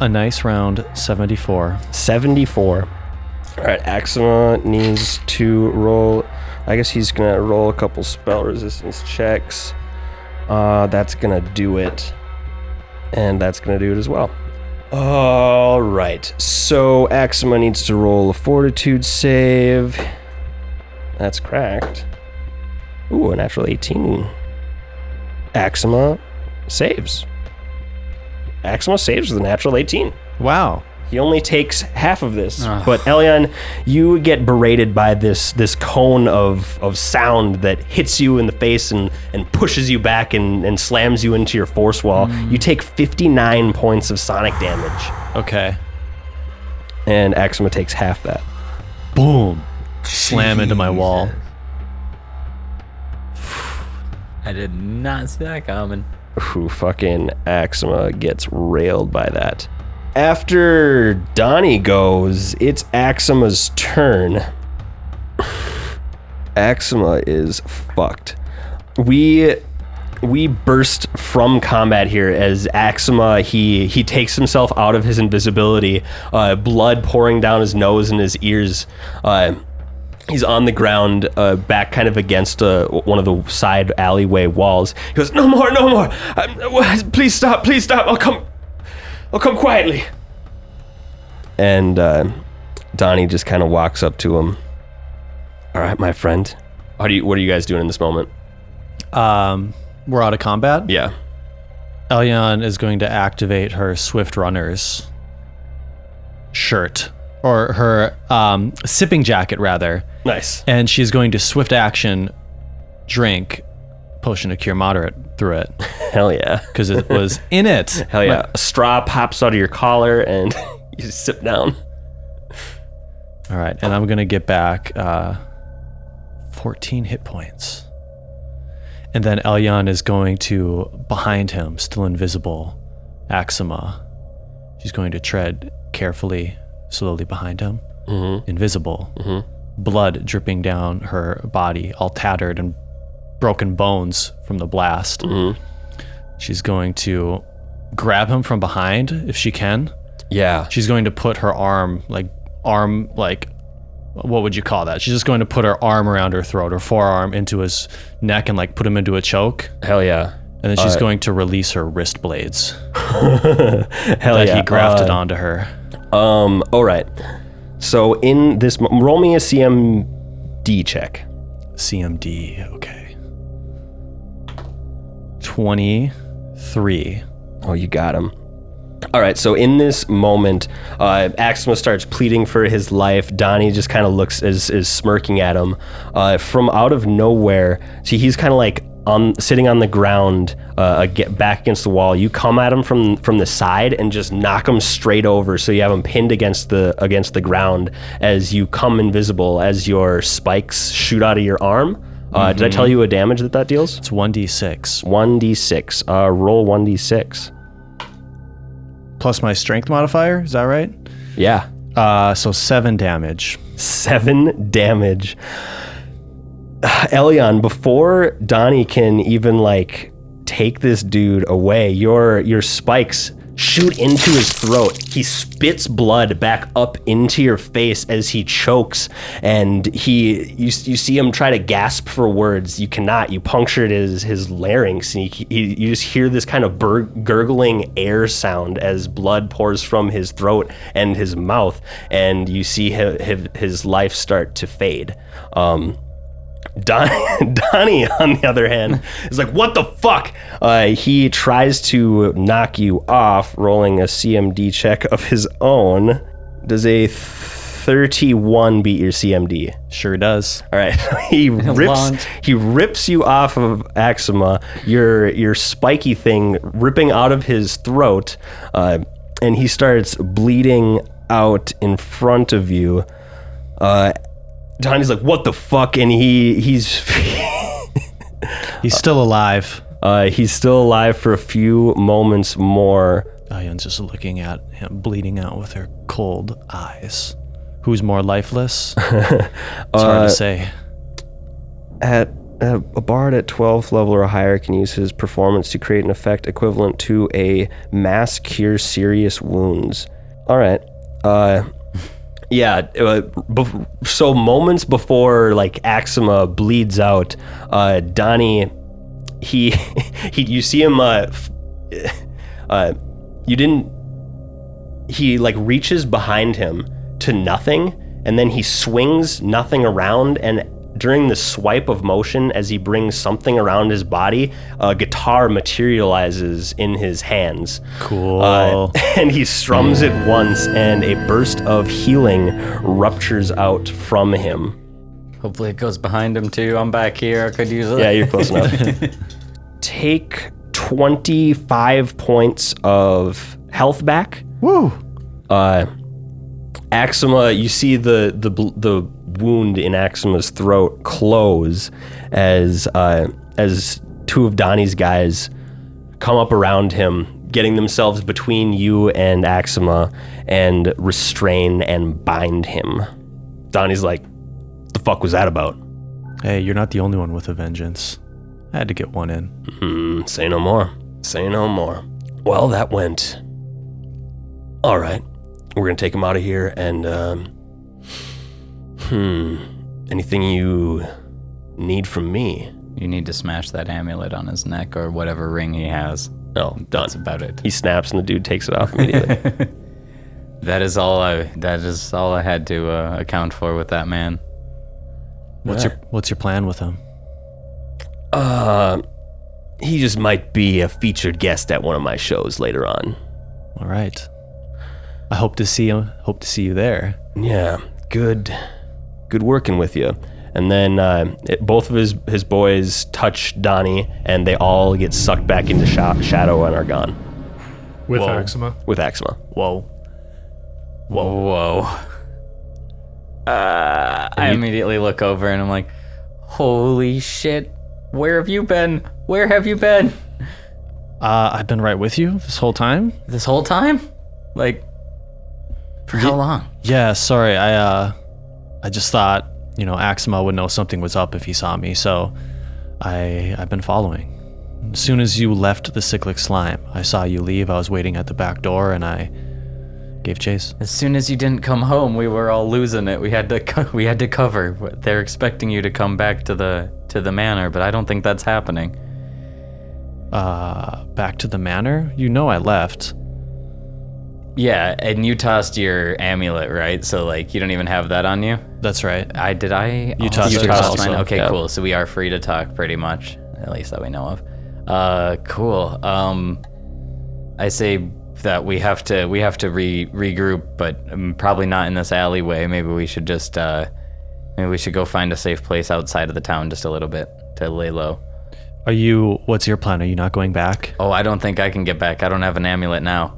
a nice round 74.
74. All right, Axima needs to roll. I guess he's gonna roll a couple spell resistance checks. Uh, that's gonna do it, and that's gonna do it as well. All right, so Axima needs to roll a Fortitude save. That's cracked. Ooh, a natural 18. Axima saves. Axima saves with a natural 18.
Wow.
He only takes half of this. But Elion, you get berated by this this cone of, of sound that hits you in the face and, and pushes you back and, and slams you into your force wall. You take 59 points of sonic damage,
Okay.
and Axima takes half that.
Boom. Slam into my wall.
I did not see that coming.
who fucking Axima gets railed by that. After Donnie goes, it's Axima's turn. *sighs* Axima is fucked. We we burst from combat here as Axima he he takes himself out of his invisibility, uh, blood pouring down his nose and his ears. Uh, he's on the ground, uh, back kind of against uh, one of the side alleyway walls. He goes, "No more, no more! I'm, uh, please stop, please stop! I'll come, I'll come quietly." And uh, Donnie just kind of walks up to him. All right, my friend. How do you? What are you guys doing in this moment?
Um, we're out of combat.
Yeah.
Elyon is going to activate her Swift Runner's shirt or her um, sipping jacket, rather.
Nice. *laughs*
And she's going to Swift Action drink Potion of Cure Moderate through it
Hell yeah. *laughs*
because it was in it.
Hell yeah. A straw pops out of your collar and *laughs* you sip down.
All right, and I'm gonna get back uh, 14 hit points, and then Elyon is going to behind him, still invisible, Axima. She's going to tread carefully, slowly behind him, invisible, blood dripping down her body, all tattered and broken bones from the blast. She's going to grab him from behind if she can
Yeah.
she's going to put her arm like arm like what would you call that she's just going to put her arm around her throat her forearm into his neck and like put him into a choke
Hell yeah.
and then she's going to release her wrist blades
*laughs* Hell
that
yeah.
he grafted
Uh,
onto her
Um. All right. So in this, mo- roll me a CMD check.
cmd okay 23
Oh, you got him. All right. So in this moment, uh, Axima starts pleading for his life. Donnie just kind of looks is is smirking at him uh, from out of nowhere. See, he's kind of like on sitting on the ground, uh, get back against the wall. You come at him from from the side and just knock him straight over. So you have him pinned against the against the ground as you come invisible as your spikes shoot out of your arm. Uh, Did I tell you a damage that that deals?
it's 1d6
1d6. Uh, roll 1d6.
plus my strength modifier is that right
Yeah.
uh so 7 damage
Seven damage. Elion, before Donnie can even like take this dude away, your your spikes shoot into his throat. He spits blood back up into your face as he chokes, and he you, you see him try to gasp for words. You cannot. You punctured his his larynx, and you, you you just hear this kind of bur- gurgling air sound as blood pours from his throat and his mouth, and you see his, his life start to fade. Um, Don- *laughs* Donnie, on the other hand, is like, what the fuck? Uh, he tries to knock you off, rolling a CMD check of his own. Does a 31 beat your CMD?
Sure does.
All right, *laughs* he
Long.
rips he rips you off of Axima. Your your spiky thing ripping out of his throat, uh, and he starts bleeding out in front of you. Uh, Donnie's like, "What the fuck?" And he he's *laughs*
He's still alive.
uh, he's still alive for a few moments more.
Ayan's just looking at him, bleeding out with her cold eyes. Who's more lifeless? It's hard to say.
at a, a bard at 12th level or higher can use his performance to create an effect equivalent to a mass cure serious wounds. All right. Uh, yeah. Uh, bef- so moments before like Axima bleeds out, uh, Donnie, he, *laughs* he, you see him. Uh, f- *laughs* uh, you didn't he like reaches behind him to nothing and then he swings nothing around and during the swipe of motion as he brings something around his body a guitar materializes in his hands
Cool.
Uh, *laughs* and he strums it once and a burst of healing ruptures out from him
Hopefully it goes behind him too. I'm back here. I could use it.
yeah, you're close enough. Take 25 points of health back. Woo. Uh, Axima, you see the the bl- the wound in Axima's throat close as uh, as two of Donnie's guys come up around him, getting themselves between you and Axima, and restrain and bind him. Donnie's like, "The fuck was that about?"
hey, you're not the only one with a vengeance. I had to get one in.
Mm, say no more. Say no more. Well, that went. All right. We're going to take him out of here and, um. Hmm. Anything you need from me?
You need to smash that amulet on his neck or whatever ring he has.
No, done.
That's about it.
He snaps and the dude takes it off immediately.
That is all I. That is all I had to uh, account for with that man.
What's your What's your plan with him?
uh, he just might be a featured guest at one of my shows later on.
All right. I hope to see him. Hope to see you there.
Yeah, good, good working with you. And then uh, it, both of his his boys touch Donnie, and they all get sucked back into sha- shadow and are gone
with
Whoa.
Axima.
with Axima.
Whoa.
Whoa, whoa. Uh, I immediately look over and I'm like, "Holy shit! Where have you been? Where have you been
Uh, I've been right with you this whole time.
this whole time? Like, for how long?"
Yeah, sorry. I uh I just thought, you know, Axima would know something was up if he saw me, so I I've been following. As soon as you left the cyclic slime, I saw you leave. I was waiting at the back door and I gave chase.
As soon as you didn't come home, we were all losing it. We had to co- we had to cover. They're expecting you to come back to the to the manor, but I don't think that's happening.
Uh back to the manor? You know I left.
Yeah, and you tossed your amulet, right? So like, you don't even have that on you.
That's right.
I did I you
tossed yours also,
Okay,
yeah.
cool. So we are free to talk pretty much, at least that we know of. Uh cool. Um I say that we have to we have to re- regroup, but um, probably not in this alleyway. Maybe we should just uh maybe we should go find a safe place outside of the town just a little bit to lay low.
Are you what's your plan? Are you not going
*laughs*
back?
Oh, I don't think I can get back. I don't have an amulet now.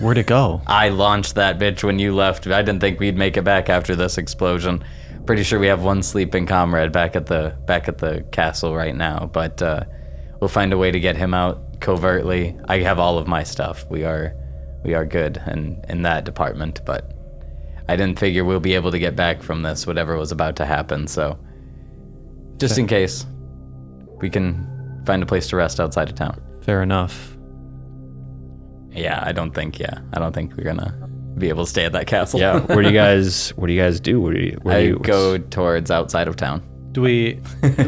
Where'd it go?
I launched that bitch when you left. I didn't think we'd make it back after this explosion. Pretty sure we have one sleeping comrade back at the back at the castle right now, but uh, we'll find a way to get him out covertly. I have all of my stuff. We are we are good in in that department, but I didn't figure we'll be able to get back from this whatever was about to happen. So just in case, we can find a place to rest outside of town.
Fair enough.
Yeah, I don't think. Yeah, I don't think we're gonna be able to stay at that castle.
Yeah. Where do you guys? What do you guys do? Where do you? Where
I
do you
go towards outside of town.
Do
*laughs*
we?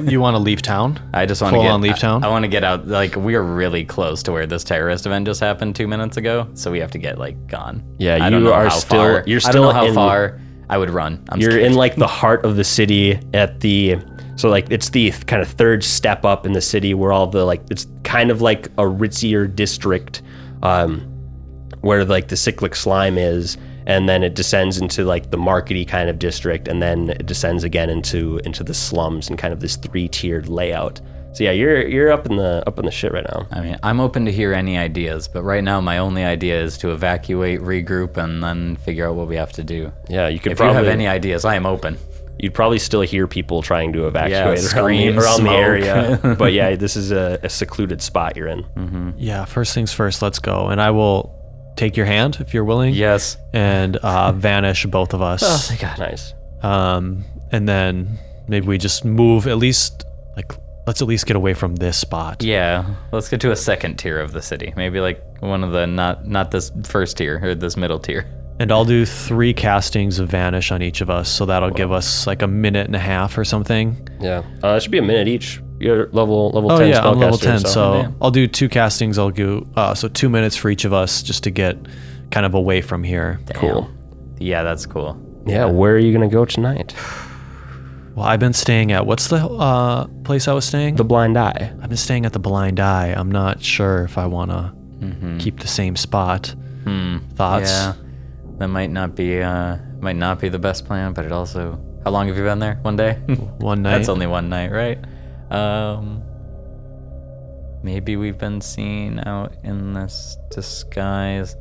you want to leave town?
I just want to
Full
get
on leave
I-
town?
I, want to get out. Like we are really close to where this terrorist event just happened two minutes ago, so we have to get like gone.
Yeah,
I
you
don't know
are
how
still-
Far,
you're
I don't know
still
how
in-
far I would run. I'm
You're
scared.
in like the heart of the city at the so like it's the kind of third step up in the city where all the like it's kind of like a ritzier district um where like the cyclic slime is and then it descends into like the markety kind of district and then it descends again into into the slums and kind of this three-tiered layout. So yeah, you're you're up in the up in the shit right now.
I mean, I'm open to hear any ideas, but right now my only idea is to evacuate, regroup, and then figure out what we have to do.
Yeah, you could
If you
probably
have any ideas, I am open.
you'd probably still hear people trying to evacuate around, the,
screams,
around the
*laughs*
smoke.
area. but yeah, this is a, a secluded spot you're in.
Yeah. First things first. Let's go, and I will take your hand if you're willing.
Yes.
And uh, vanish both of us.
God, nice.
Um, and then maybe we just move at least like let's at least get away from this spot.
Yeah, let's get to a second tier of the city. Maybe like one of the not not this first tier or this middle tier.
And I'll do three castings of vanish on each of us, so that'll give us like a minute and a half or something.
Yeah, uh, it should be a minute each. You're level level
Oh
ten.
yeah, I'm level
spellcaster,
ten, so,
Yeah.
I'll do two castings. I'll do uh, so two minutes for each of us, just to get kind of away from here.
cool.
Yeah, that's cool.
Yeah, where are you gonna go tonight?
Well, I've been staying at what's the uh, place I was staying?
The Blind Eye.
I've been staying at the Blind Eye. I'm not sure if I want to keep the same spot. Hmm. Thoughts?
Yeah, that might not be uh might not be the best plan, but it also. How long have you been there? One day. *laughs*
One night.
that's only one night, right? Um. Maybe we've been seen out in this disguise.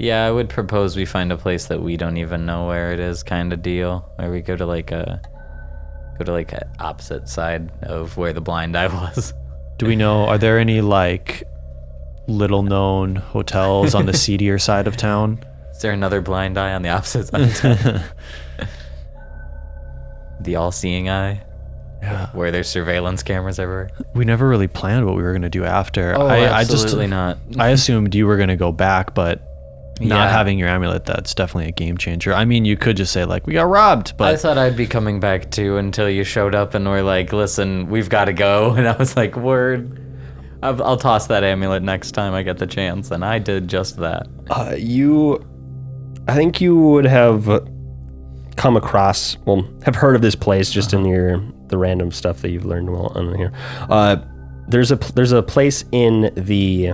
Yeah, I would propose we find a place that we don't even know where it is, kind of deal, where we go to like a go to like a opposite side of where the blind eye *laughs* was.
Do we know? Are there any like little known hotels *laughs* on the seedier side of *laughs* town?
Is there another blind eye on the opposite
*laughs*
side? of town? the all-seeing eye,
Yeah.
where there's surveillance cameras everywhere.
We never really planned what we were going to do after. Oh, I, I just
absolutely not.
I assumed you were going to go back, but not
Yeah.
having your amulet that's definitely a game changer. I mean, you could just say like we got robbed,
I
but
thought I'd be coming back too until you showed up and were like, listen, we've got to go. *laughs* And I was like, word. I'll, I'll toss that amulet next time I get the chance. And I did just that.
Uh, you, I think you would have come across, well, have heard of this place just in your the random stuff that you've learned while on here. Uh, there's a pl- there's a place in the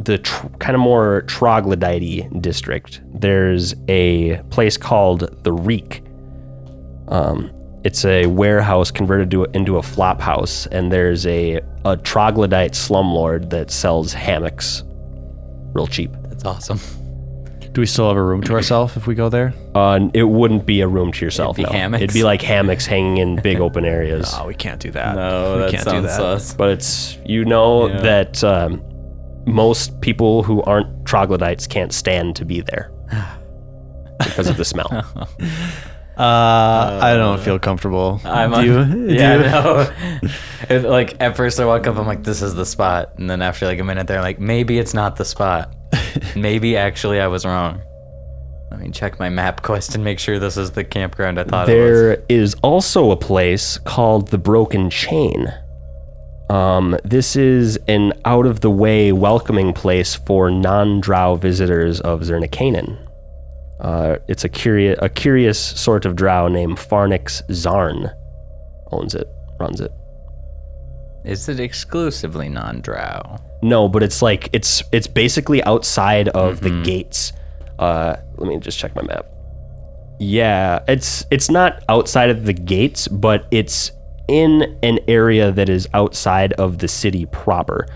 the tr- kind of more troglodyte district. There's a place called the Reek. Um, it's a warehouse converted to into a flop house, and there's a a troglodyte slumlord that sells hammocks, real cheap.
That's awesome.
do we still have a room to ourselves if we go there?
Uh, it wouldn't be a room to yourself.
It'd be
no.
hammocks?
It'd be like hammocks hanging in big open
*laughs*
areas.
Oh, we can't do that. *laughs*
Oh,
we
that
can't
sounds
do that.
sus.
But it's you know
Yeah.
that um, most people who aren't troglodytes can't stand to be
*sighs*
there because of the
*laughs*
smell.
Uh, I don't feel comfortable.
I'm
do you?
on, *laughs*
do
yeah,
you?
no.
*laughs*
It- like at first I walk up, I'm like, this is the spot. And then after like a minute, they're like, maybe it's not
*laughs*
the spot. maybe actually I was wrong. Let me check my map *laughs* quest and make sure this is the campground I thought it was.
There is also a place called the Broken Chain. Um, this is an out of the way welcoming place for non drow visitors of Zernikanan. Uh, it's a, curi- a curious sort of drow named Farnix Zarn. Owns it, runs it.
Is it exclusively non-drow?
No, but it's like, it's, it's basically outside of the gates. Uh, let me just check my map. Yeah, it's it's not outside of the gates, but it's in an area that is outside of the city proper.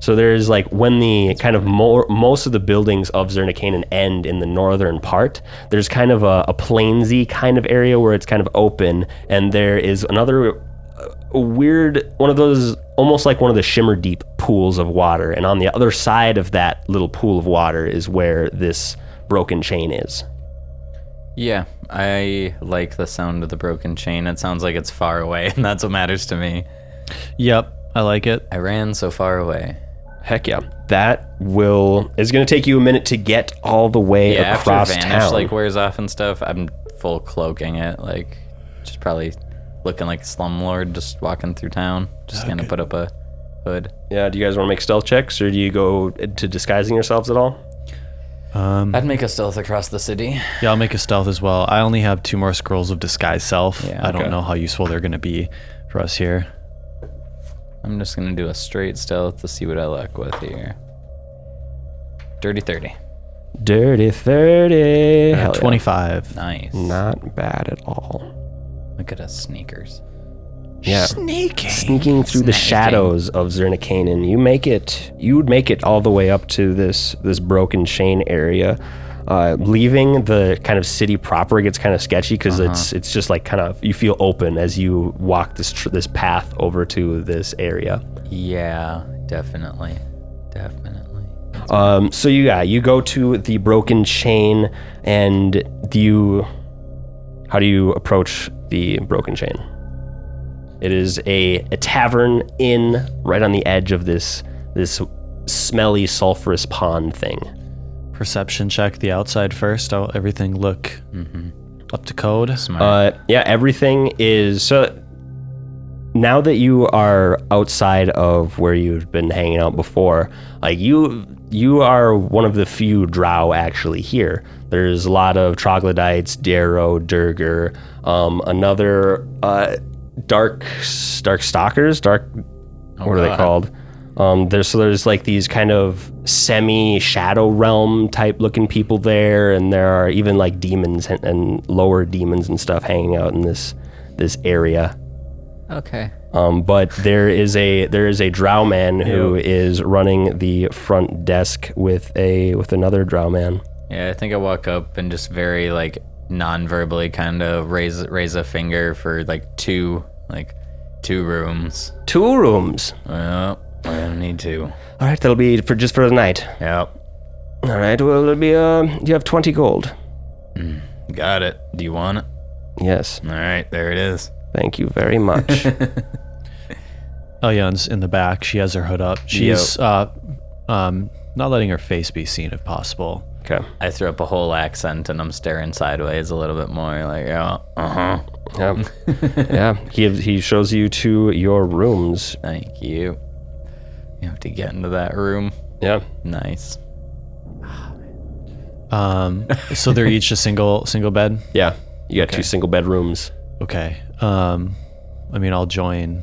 So there's like when the kind of more most of the buildings of Zernikanan end in the northern part. There's kind of a, a plainsy kind of area where it's kind of open, and there is another uh, weird one of those almost like one of the shimmer deep pools of water. And on the other side of that little pool of water is where this broken chain is.
Yeah, I like the sound of the broken chain. It sounds like it's *laughs* far away, and that's what matters to me.
Yep, I like it.
I ran so far away.
Heck yeah. That will is going to take you a minute to get all the way
Yeah,
across
after vanish
town.
like wears off and stuff, I'm full cloaking it, like just probably looking like a slumlord just walking through town, just gonna put up a hood.
yeah, do you guys want to make stealth checks or do you go to disguising yourselves at all?
Um,
I'd make a stealth across the city.
yeah, I'll make a stealth as well. I only have two more scrolls of disguise self.
Yeah,
I don't
okay.
know how useful they're going to be for us here.
I'm just gonna do a straight stealth to see what I luck with here. Dirty thirty.
Dirty 30. Hell yeah.
25.
Nice.
Not bad at all.
Look at us sneakers.
Yeah.
Sneaky.
Sneaking through the
Snaking.
shadows of Zerna Kanan, you make it. You would make it all the way up to this this broken chain area. Uh, leaving the kind of city proper gets kind of sketchy because it's it's just like kind of you feel open as you walk this tr- this path over to this area.
Yeah, definitely. Definitely.
Um, so you yeah you go to the broken chain and do you how do you approach the broken chain? It is a, a tavern inn right on the edge of this this smelly sulfurous pond thing.
Perception check the outside first. I'll everything look up to code.
Smart.
Uh, yeah, everything is so. Now that you are outside of where you've been hanging out before, like you, you are one of the few Drow actually here. There's a lot of troglodytes, Darrow, Durger, um, another uh, dark, dark stalkers, dark. what are they
God.
called? Um, there's so there's like these kind of semi shadow realm type looking people there, and there are even like demons and, and lower demons and stuff hanging out in this this area.
okay.
Um, but there is a there is a drow man who is running the front desk with a with another drow man.
Yeah, I think I walk up and just very like non-verbally kind of raise raise a finger for like two like two rooms.
Two rooms.
Well, I don't need two.
All right, that'll be for just for the night.
Yep.
All right, well, it'll be uh, you have twenty gold.
Got it. Do you want it?
Yes,
All right, there it is.
thank you very
*laughs*
much.
Elyan's in the back. She has her hood up. She's uh, um, not letting her face be seen if possible.
okay,
I threw up a whole accent and I'm staring sideways a little bit more like, yeah, uh-huh.
yeah, yeah. He he shows you to your rooms.
Thank you. You have to get into that room.
Yeah.
Nice.
Um, so they're each a single single bed.
Yeah. You got two single bedrooms.
Okay. Um, I mean, I'll join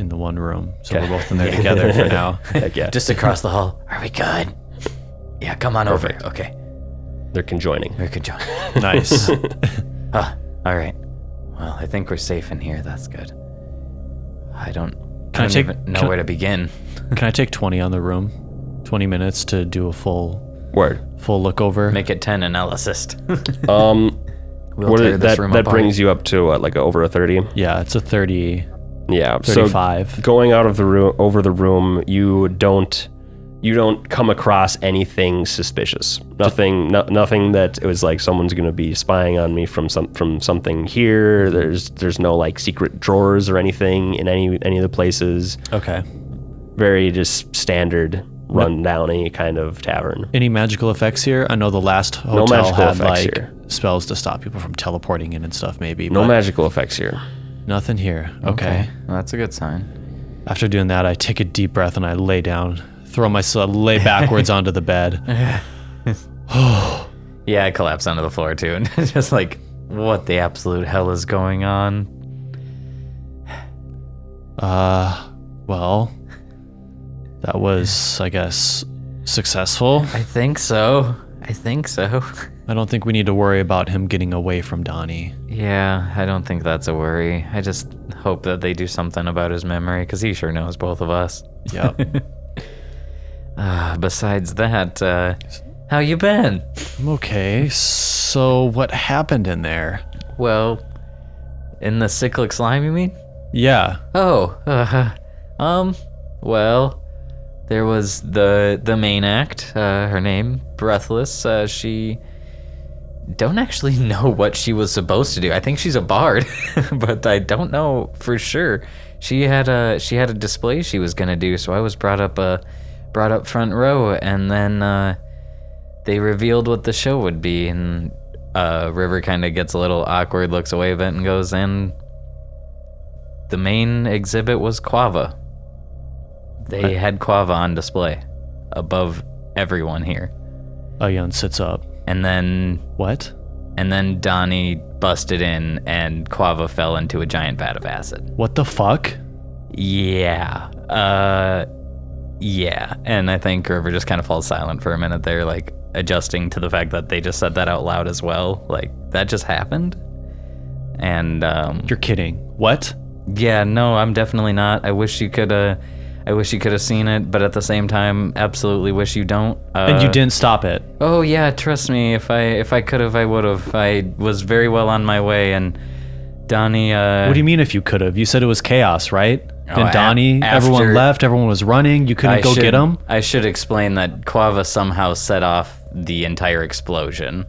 in the one room, so we're both in there together
*laughs*
for now.
Heck yeah.
Just across the hall. Are we good? Yeah, come on over. Okay.
They're conjoining.
Very good job.
*laughs* Nice.
Ah, all right. Well, I think we're safe in here. That's good. I don't.
Can I
I don't
take-
even know
can-
where to begin.
Can I take twenty on the room? Twenty minutes to do a full
Word.
full look over.
Make it ten, and I'll *laughs* assist.
Um,
*laughs* we'll
what
tear
is,
this
that
room
that
apart.
brings you up to what, like over a thirty.
yeah, it's a thirty.
Yeah.
35.
So going out of the room, over the room, you don't, you don't come across anything suspicious. Nothing, no, nothing that it was like someone's gonna be spying on me from some from something here. There's there's no like secret drawers or anything in any any of the places.
Okay.
Very just standard rundowny kind of tavern.
Any magical effects here? I know the last hotel
magical
had
effects
like
here.
spells to stop people from teleporting in and stuff. Maybe
No
but
magical effects here.
nothing here. Okay.
Well, that's a good sign.
After doing that, I take a deep breath and I lay down, throw myself, lay backwards onto the bed.
Yeah, I collapse onto the floor too, *laughs* and just like, what the absolute hell is going on?
Uh, well, that was, I guess, successful.
I think so. I think so. *laughs*
I don't think we need to worry about him getting away from Donnie.
Yeah, I don't think that's a worry. I just hope that they do something about his memory, because he sure knows both of us. *sighs*
Yep.
*laughs* Uh, besides that, uh, how you been?
I'm okay. So, what happened in there?
Well, in the cyclic slime, you mean?
Yeah.
Oh, uh, um, well, there was the the main act. Uh, her name, Breathless. Uh, she don't actually *laughs* know what she was supposed to do. I think she's a bard, *laughs* but I don't know for sure. She had a she had a display she was gonna do, so I was brought up uh, brought up front row, and then uh, they revealed what the show would be, and uh, River kind of gets a little awkward, looks away a bit, and goes, "And the main exhibit was Quava. They had Quava on display above everyone here,
Ayan sits up.
and then
What?
and then Donnie busted in, and Quava fell into a giant vat of acid."
What the fuck?
Yeah. Uh yeah. And I think River just kind of falls silent for a minute there, like adjusting to the fact that they just said that out loud as well. Like that just happened. And um
You're kidding. What?
yeah, no, I'm definitely not. I wish you could uh I wish you could have seen it, but at the same time, absolutely wish you don't. Uh,
and you didn't stop it.
Oh yeah, trust me. If I if I could have, I would have. I was very well on my way, and Donnie. Uh,
What do you mean if you could have? You said it was chaos, right?
Oh,
then
a-
Donnie,
after-
everyone left, everyone was running. You couldn't go
should,
get him.
I should explain that Quava somehow set off the entire explosion.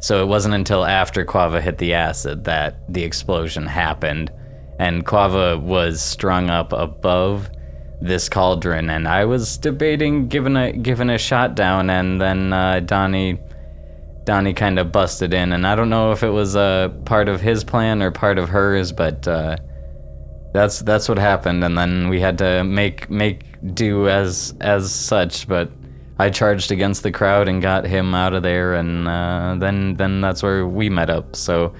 So it wasn't until after Quava hit the acid that the explosion happened. And Quava was strung up above this cauldron, and I was debating giving a giving a shot down, and then uh, Donnie Donnie kind of busted in, and I don't know if it was uh, part of his plan or part of hers, but uh, that's that's what happened, and then we had to make make do as as such. But I charged against the crowd and got him out of there, and uh, then then that's where we met up. So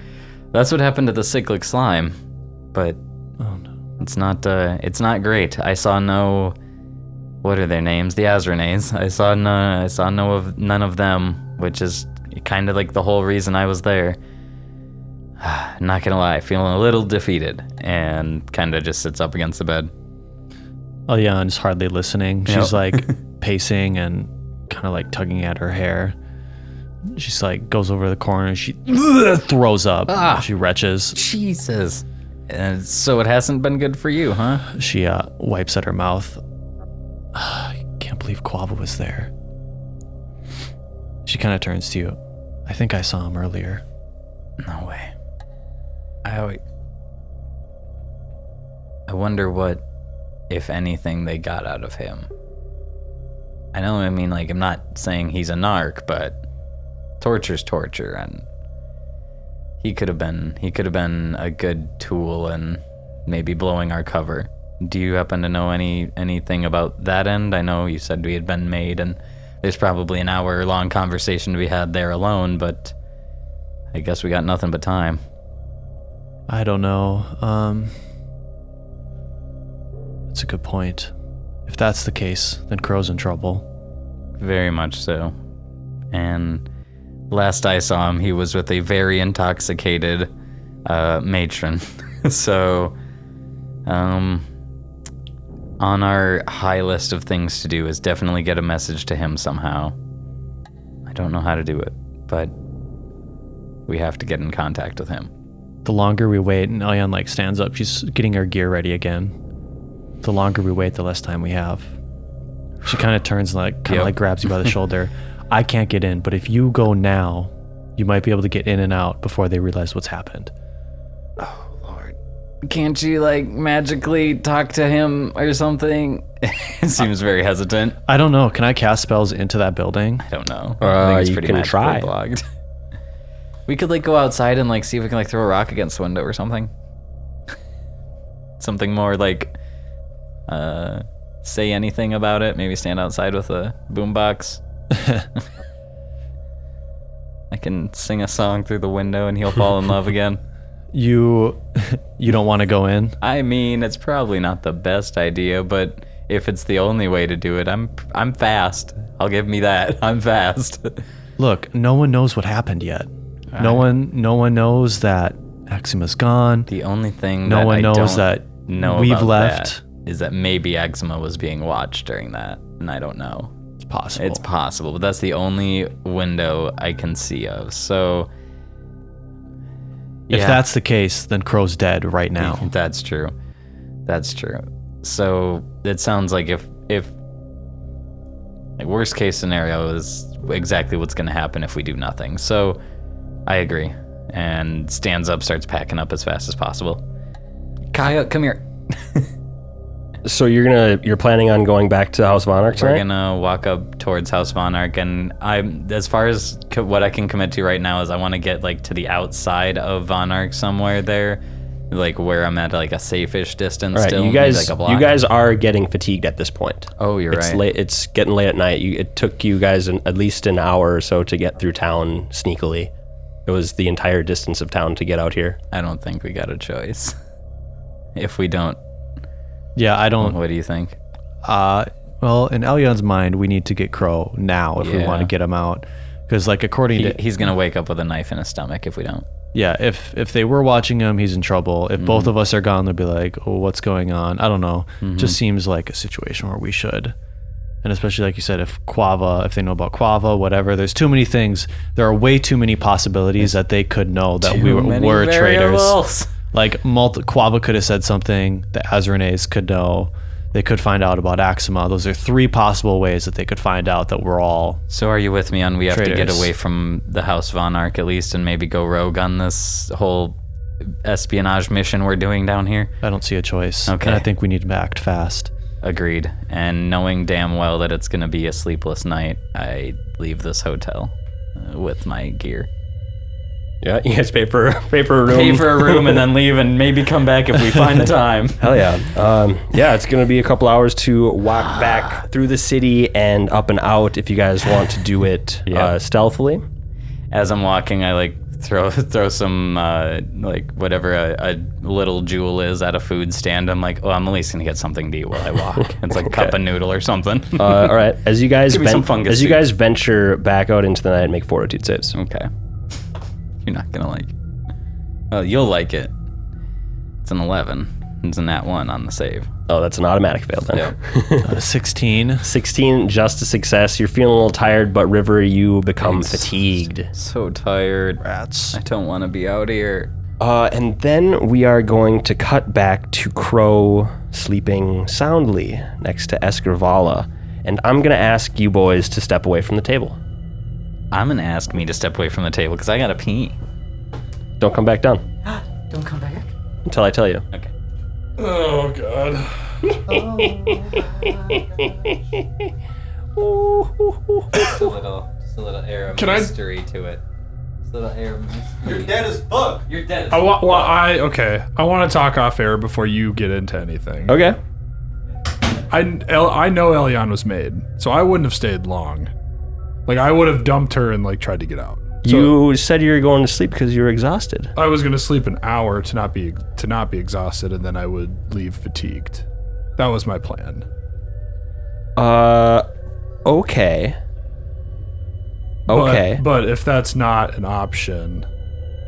that's what happened to the cyclic slime, but it's not uh, it's not great. I saw no what are their names? The Azrenays. I saw no, I saw no of none of them, which is kind of like the whole reason I was there. Not gonna lie, feeling a little defeated, and kind of just sits up against the bed.
Ayan is hardly listening. She's
Yep.
like pacing and kind of like tugging at her hair. She's like goes over the corner. She *sniffs* throws up. She retches.
Jesus. And so it hasn't been good for you, huh?
She uh, wipes at her mouth. *sighs* I can't believe Quava was there. She kind of turns to you. I think I saw him earlier.
No way. I always. I wonder what, if anything, they got out of him. I know, I mean, like, I'm not saying he's a narc, but torture's torture, and he could have been, he could have been a good tool and maybe blowing our cover. Do you happen to know any anything about that end? I know you said we had been made, and there's probably an hour-long conversation to be had there alone, but I guess we got nothing but time.
I don't know. Um, that's a good point. If that's the case, then Crow's in trouble.
Very much so. And last I saw him, he was with a very intoxicated uh, matron. *laughs* so, um, on our high list of things to do is definitely get a message to him somehow. I don't know how to do it, but we have to get in contact with him.
The longer we wait, and Elyon like stands up. She's getting her gear ready again. The longer we wait, the less time we have. She kind of turns and, like kind of
Yep.
like grabs you by the shoulder. I can't get in, but if you go now, you might be able to get in and out before they realize what's happened.
Can't you like magically talk to him or something? *laughs* it seems very hesitant.
I don't know. Can I cast spells into that building?
I don't know.
Uh,
I think it's
you
pretty
can
magically
try. *laughs*
Blocked. we could like go outside and like see if we can like throw a rock against the window or something. something more like uh say anything about it, maybe stand outside with a
*laughs*
boombox. I can sing a song through the window and he'll fall
*laughs*
in love again.
You *laughs* you don't want to go in.
I mean, it's probably not the best idea, but if it's the only way to do it, I'm I'm fast. I'll give me that. *laughs* I'm fast.
Look, no one knows what happened yet. No one, no one knows that Axima's gone.
The only thing
No
that
one
I
knows
don't
that
know
we've
about
left.
that is that maybe Eczema was being watched during that, and I don't know.
It's possible.
It's possible, but that's the only window I can see of. So,
if
yeah,
that's the case, then Crow's dead right now.
*laughs* that's true, that's true. So it sounds like if if like, worst case scenario is exactly what's going to happen if we do nothing. So, I agree, and stands up, starts packing up as fast as possible. Kaya, come here.
So you're gonna you're planning on going back to House of Monarch
We're
tonight?
gonna walk up towards House Monarch, and I'm as far as co- what I can commit to right now is I want to get like to the outside of Monarch somewhere there, like where I'm at like a safe-ish distance.
All right,
still,
you
maybe,
guys
like a block.
you guys are getting fatigued at this point.
Oh, you're
it's
right.
late. It's getting late at night. You, it took you guys an, at least an hour or so to get through town sneakily. It was the entire distance of town to get out here.
I don't think we got a choice. *laughs* if we don't,
Yeah, I don't.
what do you think?
Uh, well, in Elyon's mind, we need to get Crow now if we want
Yeah.
to get him out. Because, like, according
He,
to
he's gonna wake up with a knife in his stomach if we don't.
yeah, if if they were watching him, he's in trouble.
Mm-hmm.
If both of us are gone, they'll be like, "Oh, what's going on?" I don't know.
Mm-hmm.
Just seems like a situation where we should. And especially like you said, if Quava, if they know about Quava, whatever, there's too many things. There are way too many possibilities that they could know that we were, were traitors. Like multi- Quava could have said something that Azranes could know. They could find out about Axima. Those are three possible ways that they could find out that we're all.
So are you with me on we have to get
Traitors.
away from the House Von Ark at least and maybe go rogue on this whole espionage mission we're doing down here?
I don't see a choice.
Okay.
And I think we need to act fast.
Agreed. And knowing damn well that it's going to be a sleepless night, I leave this hotel uh, with my gear.
Yeah, *laughs* you guys pay for pay for a room.
Pay for a room and then leave and maybe come back if we *laughs* find time.
Hell yeah. Um, yeah, it's going to be a couple hours to walk back through the city and up and out if you guys want to do it uh, stealthily.
As I'm walking, I like throw *laughs* throw some uh, like whatever a, a little jewel is at a food stand. I'm like, oh, I'm at least gonna get something to eat while I walk. It's like a cup of noodle or something.
Uh, all right. As you guys
Give me some
ven-
fungus
as you
soup. Mm.
guys venture back out into the night, make fortitude saves.
*laughs* Okay. You're not gonna like it. Oh, you'll like it. It's an 11. It's an that one on the save.
Oh, that's an automatic fail then.
Uh, 16.
16 just a success. You're feeling a little tired, but River, you become fatigued.
*laughs* So tired.
Rats.
I don't want to be out here.
Uh, and then we are going to cut back to Crow sleeping soundly next to Escarvala. And I'm going to ask you boys to step away from the table.
I'm gonna ask me to step away from the table because I gotta pee.
Don't come back down. Don't come back. Until I
*laughs*
tell you.
Okay.
Oh god.
Just a little, just a little air of
Can I-
mystery to it. Just a little air of mystery. You're
Dead as fuck.
You're dead.
I wa- well, I okay. I want to talk off air before you get into anything.
Okay.
I El, I know Elion was made, so I wouldn't have stayed long. Like I would have dumped her and like tried to get out.
you said you were going to sleep because you were exhausted.
I was gonna sleep an hour to not be to not be exhausted, and then I would leave fatigued. That was my plan.
Uh, okay.
But-
Okay.
But, if that's not an option,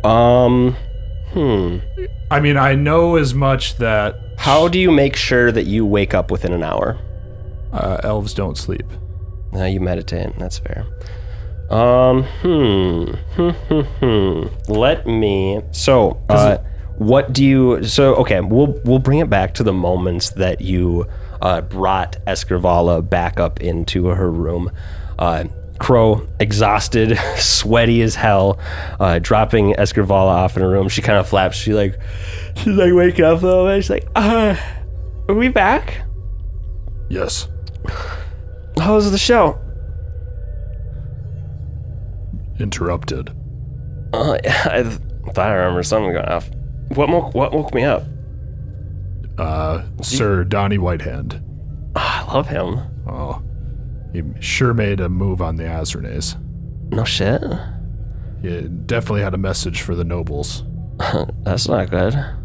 um, hmm.
I mean, I know as much that
How do you make sure that you wake up within an hour?
uh, elves don't sleep.
Now you meditate. That's fair. Um, hmm. *laughs* Hmm, hmm, hmm. Let me. So, uh, what do you? So, okay, we'll we'll bring it back to the moments that you uh, brought Escrivala back up into her room. Uh, Crow, exhausted, *laughs* sweaty as hell, uh, dropping Escrivala off in her room. She kind of flaps. She like, she's like waking up though, and she's like, uh, "Are we back?
Yes.
How was the show?"
Interrupted.
Uh, I th- thought I remember something going off. What woke, what woke me up?
Uh, Sir Donnie Whitehand.
Ah, I love him.
Oh, he sure made a move on the Azranes.
No shit.
He definitely had a message for the nobles.
That's not good. *laughs*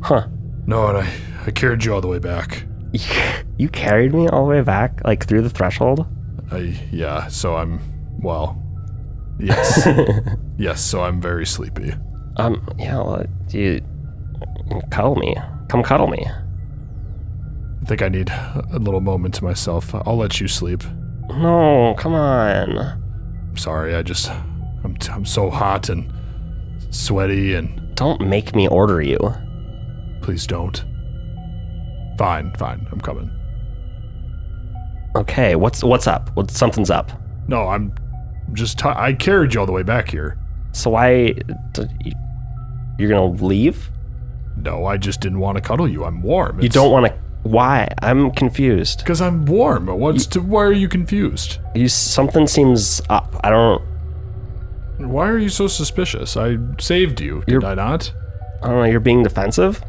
Huh.
No, and I, I carried you all the way back.
You carried me all the way back, like through the threshold?
I yeah, so I'm well. Yes. yes, so I'm very sleepy.
Um, yeah, well, do you cuddle me? Come cuddle me.
I think I need a little moment to myself. I'll let you sleep.
No, come on.
I'm sorry. I just I'm t- I'm so hot and sweaty and
Don't make me order you.
please don't. Fine, fine. I'm coming.
Okay, what's what's up? What something's up.
No, I'm just ti I carried you all the way back here.
So why d- you- you're gonna leave?
No, I just didn't want to cuddle you. I'm warm.
You don't want to Why? I'm confused.
Because I'm warm. What's to? Why are you confused?
You something seems up. I don't.
Why are you so suspicious? I saved you, did
You're-
I not?
I don't know. Oh, You're being defensive.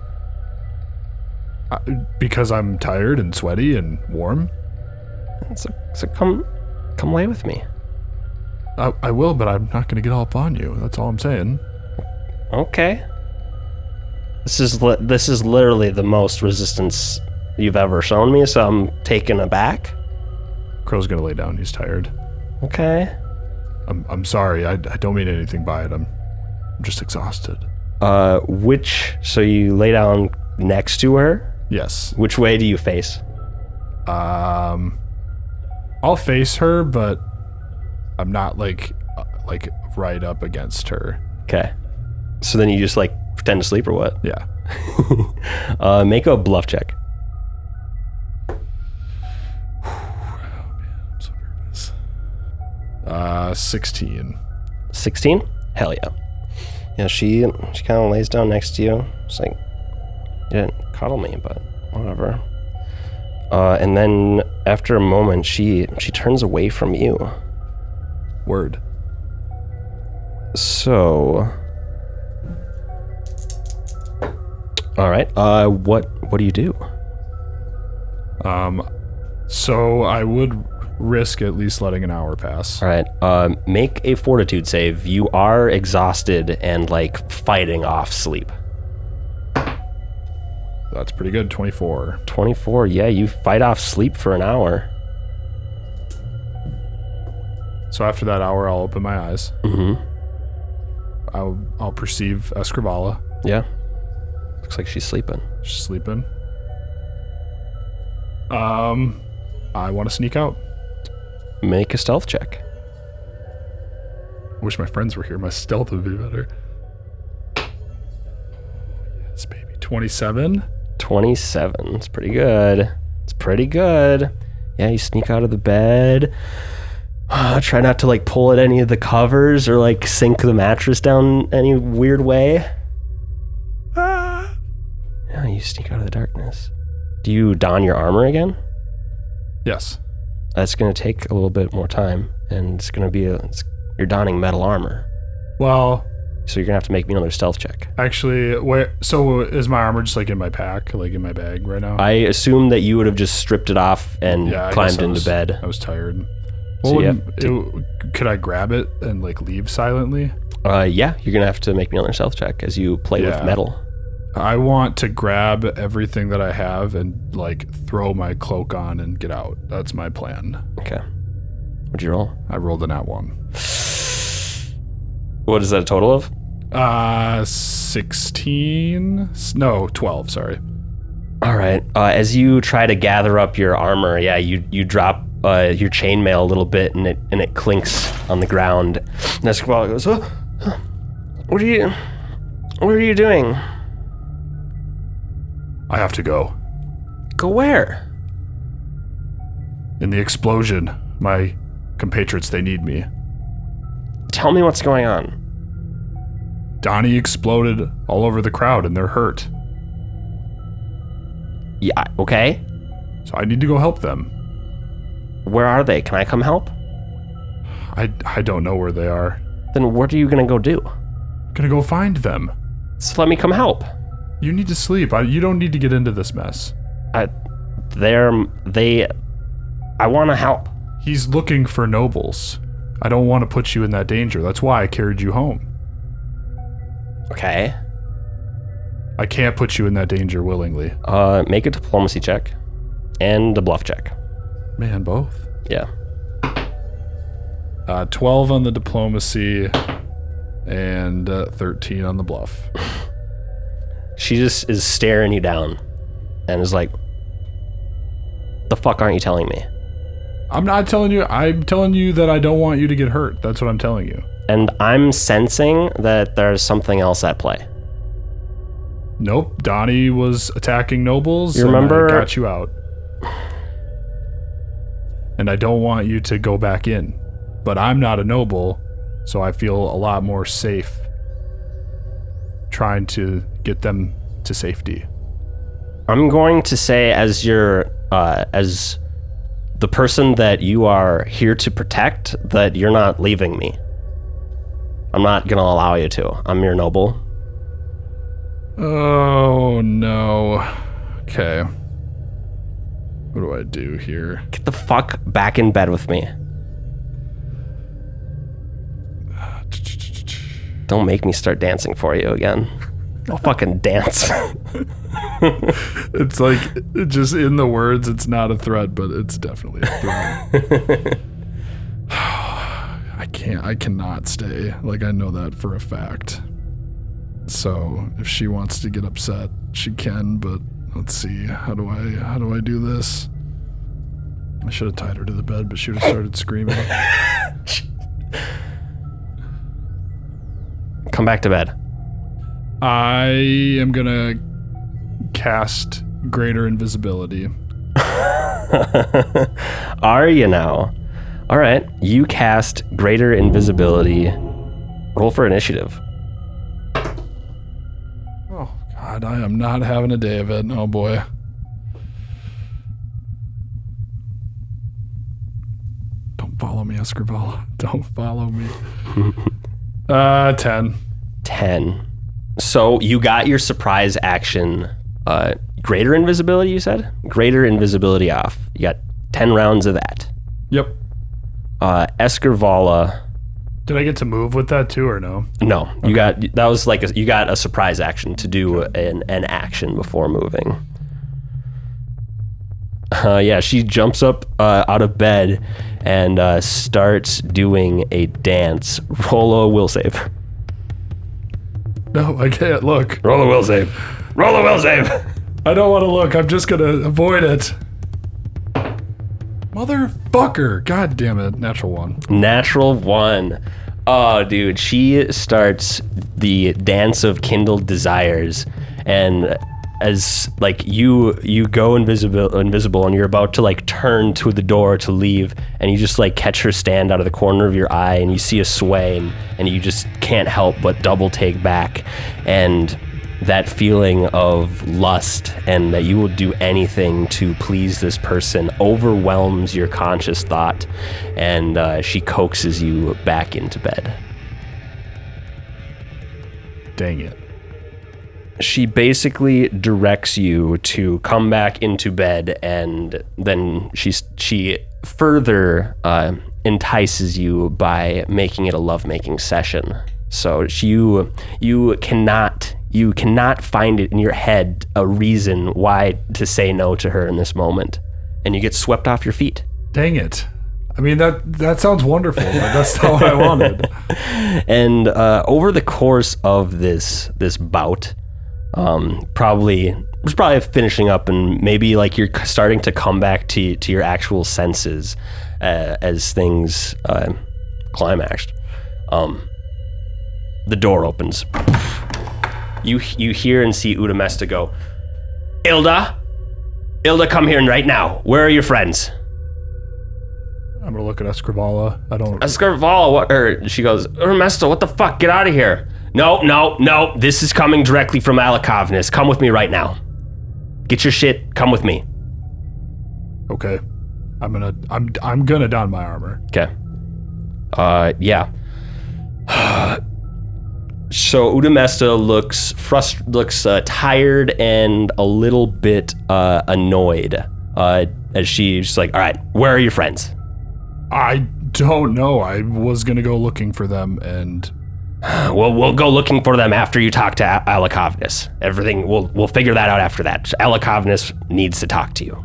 I, because I'm tired and sweaty and warm.
So, so come, come lay with me.
I, I will, but I'm not gonna get all up on you. That's all I'm saying.
Okay. This is li- this is literally the most resistance you've ever shown me, so I'm taken aback.
Crow's gonna lay down. He's tired.
Okay.
I'm, I'm sorry. I, I don't mean anything by it. I'm, I'm just exhausted.
Uh, which so you lay down next to her.
Yes.
Which way do you face?
Um, I'll face her, but I'm not like uh, like right up against her.
Okay. So then you just like pretend to sleep or what? *laughs*
Yeah.
Uh, make a bluff check.
I'm so nervous. Uh, sixteen.
16 hell yeah yeah she she kind of lays down next to you it's like you didn't cuddle me but whatever uh, and then after a moment she she turns away from you
Word.
so all right uh what what do you do
Um, so I would risk at least letting an hour pass.
all right uh make a fortitude save you are exhausted and like fighting off sleep
That's pretty good. Twenty-four.
24 yeah you fight off sleep for an hour
So after that hour, I'll open my eyes.
mm-hmm
I'll I'll perceive Escrivala.
yeah looks like she's sleeping
She's sleeping. Um, I want to sneak out.
Make a stealth check.
Wish my friends were here. My stealth would be better. Yes, baby. 27.
27. It's pretty good. It's pretty good. Yeah, you sneak out of the bed. *sighs* Try not to like pull at any of the covers or like sink the mattress down any weird way. Yeah, you sneak out of the darkness. Do you don your armor again?
Yes.
That's gonna take a little bit more time, and it's gonna be a, it's, you're donning metal armor,
Well,
so you're gonna have to make me another stealth check.
actually, where? So is my armor just like in my pack, like in my bag right now?
I assume that you would have just stripped it off and
I guess
climbed
I
into
was-
bed.
I was tired.
So
Well,
you
wouldn't- it- could I grab it and like leave silently?
Uh, yeah, you're gonna have to make me another stealth check as you play with
Yeah.
metal.
I want to grab everything that I have and like throw my cloak on and get out. That's my plan.
Okay. What'd you roll?
I rolled an at one.
What is that a total of?
Uh, 16? No, 12, sorry.
All right. Uh, as you try to gather up your armor, yeah, you you drop uh, your chainmail a little bit, and it and it clinks on the ground. And Escobar goes, "Huh? Huh? "What are you? What are you doing?
I have to go.
Go where?
In the explosion, my compatriots, they need me.
Tell me what's going on.
Donnie exploded all over the crowd and they're hurt.
Yeah. Okay.
So I need to go help them.
Where are they? Can I come help?
I, I don't know where they are.
Then what are you gonna go do?
I'm gonna go find them.
So let me come help.
You need to sleep. I, you don't need to get into this mess.
I, they're they. I want to help.
He's looking for nobles. I don't want to put you in that danger. That's why I carried you home.
Okay.
I can't put you in that danger willingly.
Uh, make a diplomacy check and a bluff check.
Man, both.
Yeah.
Uh, 12 on the diplomacy and uh, 13 on the bluff.
She just is staring you down and is like, the fuck aren't you telling me?
I'm not telling you. I'm telling you that I don't want you to get hurt. That's what I'm telling you.
And I'm sensing that there's something else at play.
Nope. Donnie was attacking nobles.
You
and I
remember-
got you out. And I don't want you to go back in. But I'm not a noble, so I feel a lot more safe trying to get them to safety.
I'm going to say as your uh, as the person that you are here to protect that you're not leaving me. I'm not gonna allow you to. I'm your noble.
Oh no. Okay. What do I do here?
Get the fuck back in bed with me. Don't make me start dancing for you again. I'll fucking dance. *laughs*
It's like just in the words, it's not a threat, but it's definitely a threat. *sighs* I can't. I cannot stay. Like I know that for a fact. So if she wants to get upset, she can. But let's see. How do I? How do I do this? I should have tied her to the bed, but she would have started screaming.
Come back to bed. *laughs*
I am gonna cast greater invisibility.
Are you now? All right. You cast greater invisibility. Roll for initiative.
Oh God, I am not having a day of it. Oh boy. Don't follow me, Escrival. *laughs* Don't follow *laughs* me. uh, ten.
10. So you got your surprise action. Uh, greater invisibility, you said? Greater invisibility off. You got 10 rounds of that.
Yep.
Uh, Escarvala.
Did I get to move with that too, or no?
No, you got that was like a, you got a surprise action to do an, an action before moving. Uh, yeah, she jumps up uh, out of bed and uh, starts doing a dance. Roll a will save.
No, I can't look.
Roll a will save. Roll a will save.
I don't want to look. I'm just gonna avoid it. Motherfucker! God damn it! Natural one.
Natural one. Oh, dude, she starts the dance of kindled desires, and as like you you go invisible invisible and you're about to like turn to the door to leave and you just like catch her stand out of the corner of your eye and you see a sway and, and you just can't help but double take back and that feeling of lust and that you will do anything to please this person overwhelms your conscious thought and uh, she coaxes you back into bed
Dang it.
she basically directs you to come back into bed and then she she further uh, entices you by making it a lovemaking session so she, you you cannot you cannot find it in your head a reason why to say no to her in this moment and you get swept off your feet
Dang it. I mean that that sounds wonderful, but that's not what I wanted.
and uh, over the course of this this bout, um, probably it was probably finishing up, and maybe like you're c- starting to come back to to your actual senses uh, as things uh, climaxed. Um, the door opens. You you hear and see Udamesta go, Ilda, Ilda, come here and right now. Where are your friends?
*laughs* I'm gonna look at Escrivala.
*laughs*
I don't.
Escarval, what, or she goes, Ernesto, what the fuck? Get out of here. No, no, no. This is coming directly from Alakovnis. Come with me right now. Get your shit. Come with me.
Okay. I'm gonna. I'm. I'm gonna don my armor.
Okay. Uh, yeah. *sighs* so Udamesta looks frust- looks uh, tired and a little bit uh, annoyed uh, as she's like, all right, where are your friends?
I don't know. I was gonna go looking for them, and
We'll, we'll go looking for them after you talk to A- Alakovnis. Everything, we'll, we'll figure that out after that. Alakovnis needs to talk to you.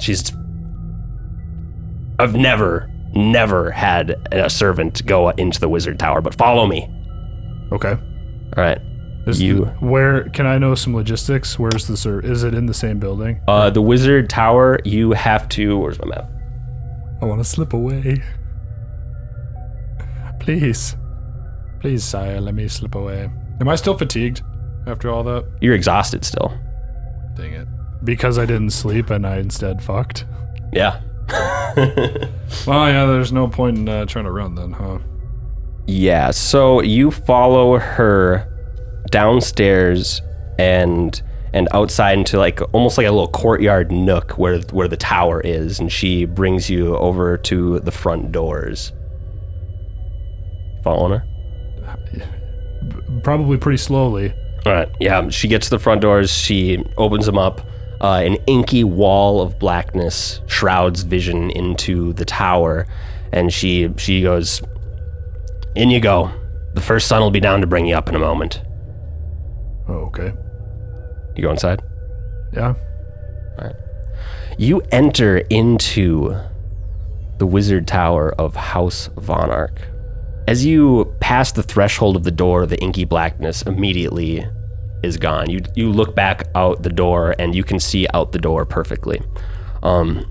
She's. I've never, never had a servant go into the wizard tower, but follow me.
okay.
All right.
Is
You-
where can I know some logistics? Where's the serv Is it in the same building?
Uh, the wizard tower, you have to. Where's my map?
I want to slip away. Please, please, sire, let me slip away. Am I still fatigued after all that?
You're exhausted still.
Dang it! Because I didn't sleep and I instead fucked.
Yeah.
Well, yeah, there's no point in uh, trying to run then, huh?
Yeah, so you follow her downstairs and and outside into like almost like a little courtyard nook where where the tower is, and she brings you over to the front doors. Following her.
Probably pretty slowly.
All right. Yeah. She gets to the front doors. She opens them up. Uh, an inky wall of blackness shrouds vision into the tower, and she she goes, "In you go. The first son will be down to bring you up in a moment."
Oh, okay.
You go inside.
Yeah.
You enter into the wizard tower of House Vonarch. As you pass the threshold of the door, the inky blackness immediately is gone. You you look back out the door and you can see out the door perfectly. Um,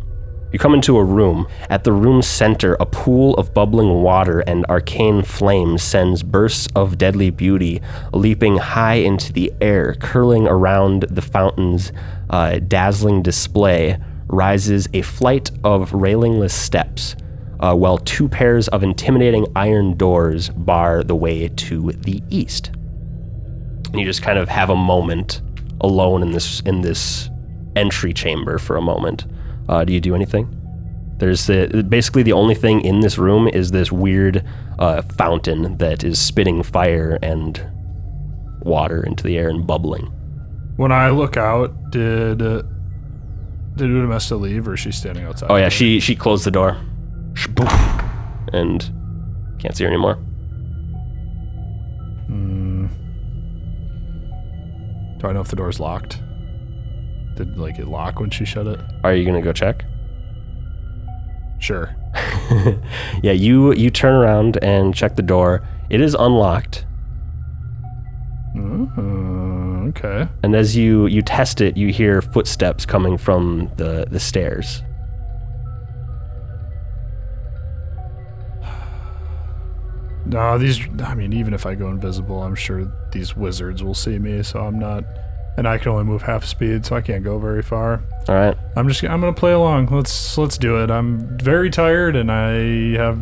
you come into a room. At the room's center, a pool of bubbling water and arcane flame sends bursts of deadly beauty leaping high into the air, curling around the fountain's uh, dazzling display. Rises a flight of railingless steps, uh, while two pairs of intimidating iron doors bar the way to the east. And you just kind of have a moment alone in this in this entry chamber for a moment. Uh, do you do anything? There's the, basically the only thing in this room is this weird uh, fountain that is spitting fire and water into the air and bubbling.
When I look out, did uh, did Udamesta leave, or is she standing outside?
Oh yeah, she she closed the door, Shboof. and can't see her anymore.
Do I know if the door's locked?
Did like it lock when she shut it?
Are you gonna go check? *laughs*
Sure.
Yeah, you you turn around and check the door. It is unlocked.
Uh, okay.
and as you you test it you hear footsteps coming from the the stairs
No, these. I mean, even if I go invisible, I'm sure these wizards will see me. So I'm not. And I can only move half speed, so I can't go very far.
all right
I'm just. I'm gonna play along. Let's let's do it. I'm very tired, and I have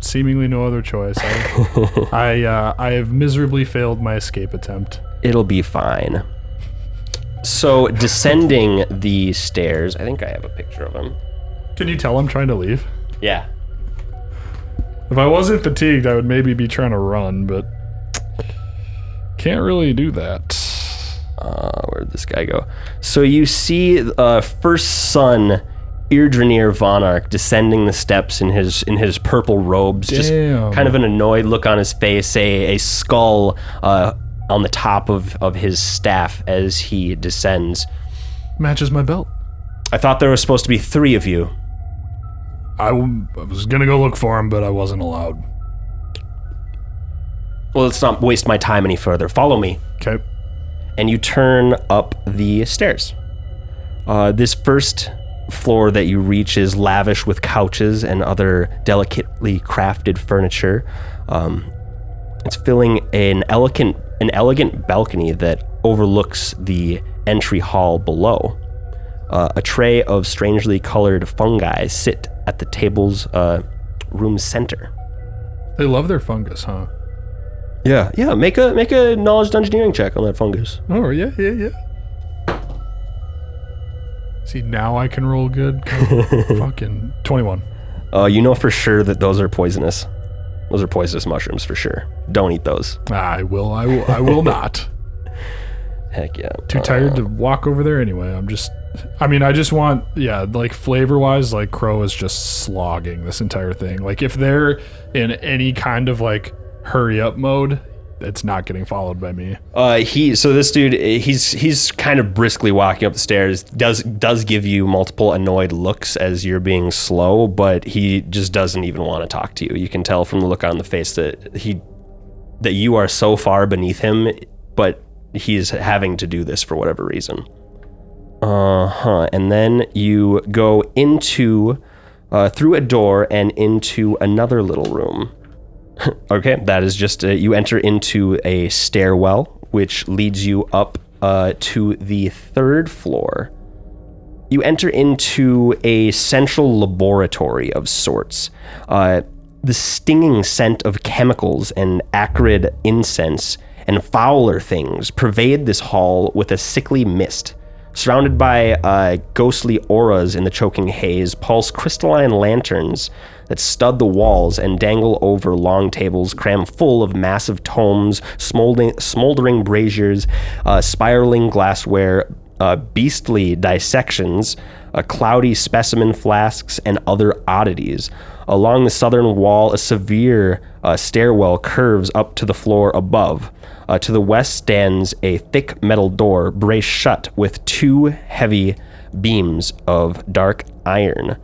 seemingly no other choice. I I, uh, I have miserably failed my escape attempt.
it'll be fine so descending the stairs i think i have a picture of him
Can you tell I'm trying to leave?
yeah
If I wasn't fatigued, I would maybe be trying to run, but can't really do that.
uh, where did this guy go? So you see uh, first son Irdranir Vonarch descending the steps in his in his purple robes, just
Damn.
kind of an annoyed look on his face, a, a skull uh, on the top of, of his staff as he descends.
Matches my belt.
I thought there was supposed to be three of you.
I, w- I was gonna go look for him, but I wasn't allowed.
Well, let's not waste my time any further. Follow me.
Okay.
and you turn up the stairs. Uh, this first floor that you reach is lavish with couches and other delicately crafted furniture. Um, it's filling an elegant an elegant balcony that overlooks the entry hall below. Uh, a tray of strangely colored fungi sit at the table's uh, room center.
They love their fungus, huh?
Yeah, yeah. Make a make a knowledge engineering check on that fungus.
Oh yeah, yeah, yeah.
See, now I can roll
*laughs*
good.
Fucking twenty-one.
Uh, you know for sure that those are poisonous. Those are poisonous mushrooms for sure. Don't eat those.
I will. I will. I *laughs* will not.
Heck yeah.
Too tired to walk over there anyway. I'm just. I mean, I just want. Yeah, like flavor-wise, like Crow is just slogging this entire thing. Like if they're in any kind of like hurry-up mode, it's not getting followed by me.
Uh, he so this dude eh, he's he's kind of briskly walking up the stairs. Does does give you multiple annoyed looks as you're being slow, but he just doesn't even want to talk to you. You can tell from the look on the face that he that you are so far beneath him, but he's having to do this for whatever reason. Uh huh. And then you go into uh, through a door and into another little room. Okay, that is just uh, you enter into a stairwell, which leads you up uh, to the third floor. You enter into a central laboratory of sorts. Uh, the stinging scent of chemicals and acrid incense and fouler things pervade this hall with a sickly mist. Surrounded by uh, ghostly auras in the choking haze, pulse crystalline lanterns that stud the walls and dangle over long tables crammed full of massive tomes, smoldering, smoldering braziers, uh, spiraling glassware, uh, beastly dissections, uh, cloudy specimen flasks, and other oddities. Along the southern wall, a severe uh, stairwell curves up to the floor above. Uh, to the west stands a thick metal door braced shut with two heavy beams of dark iron.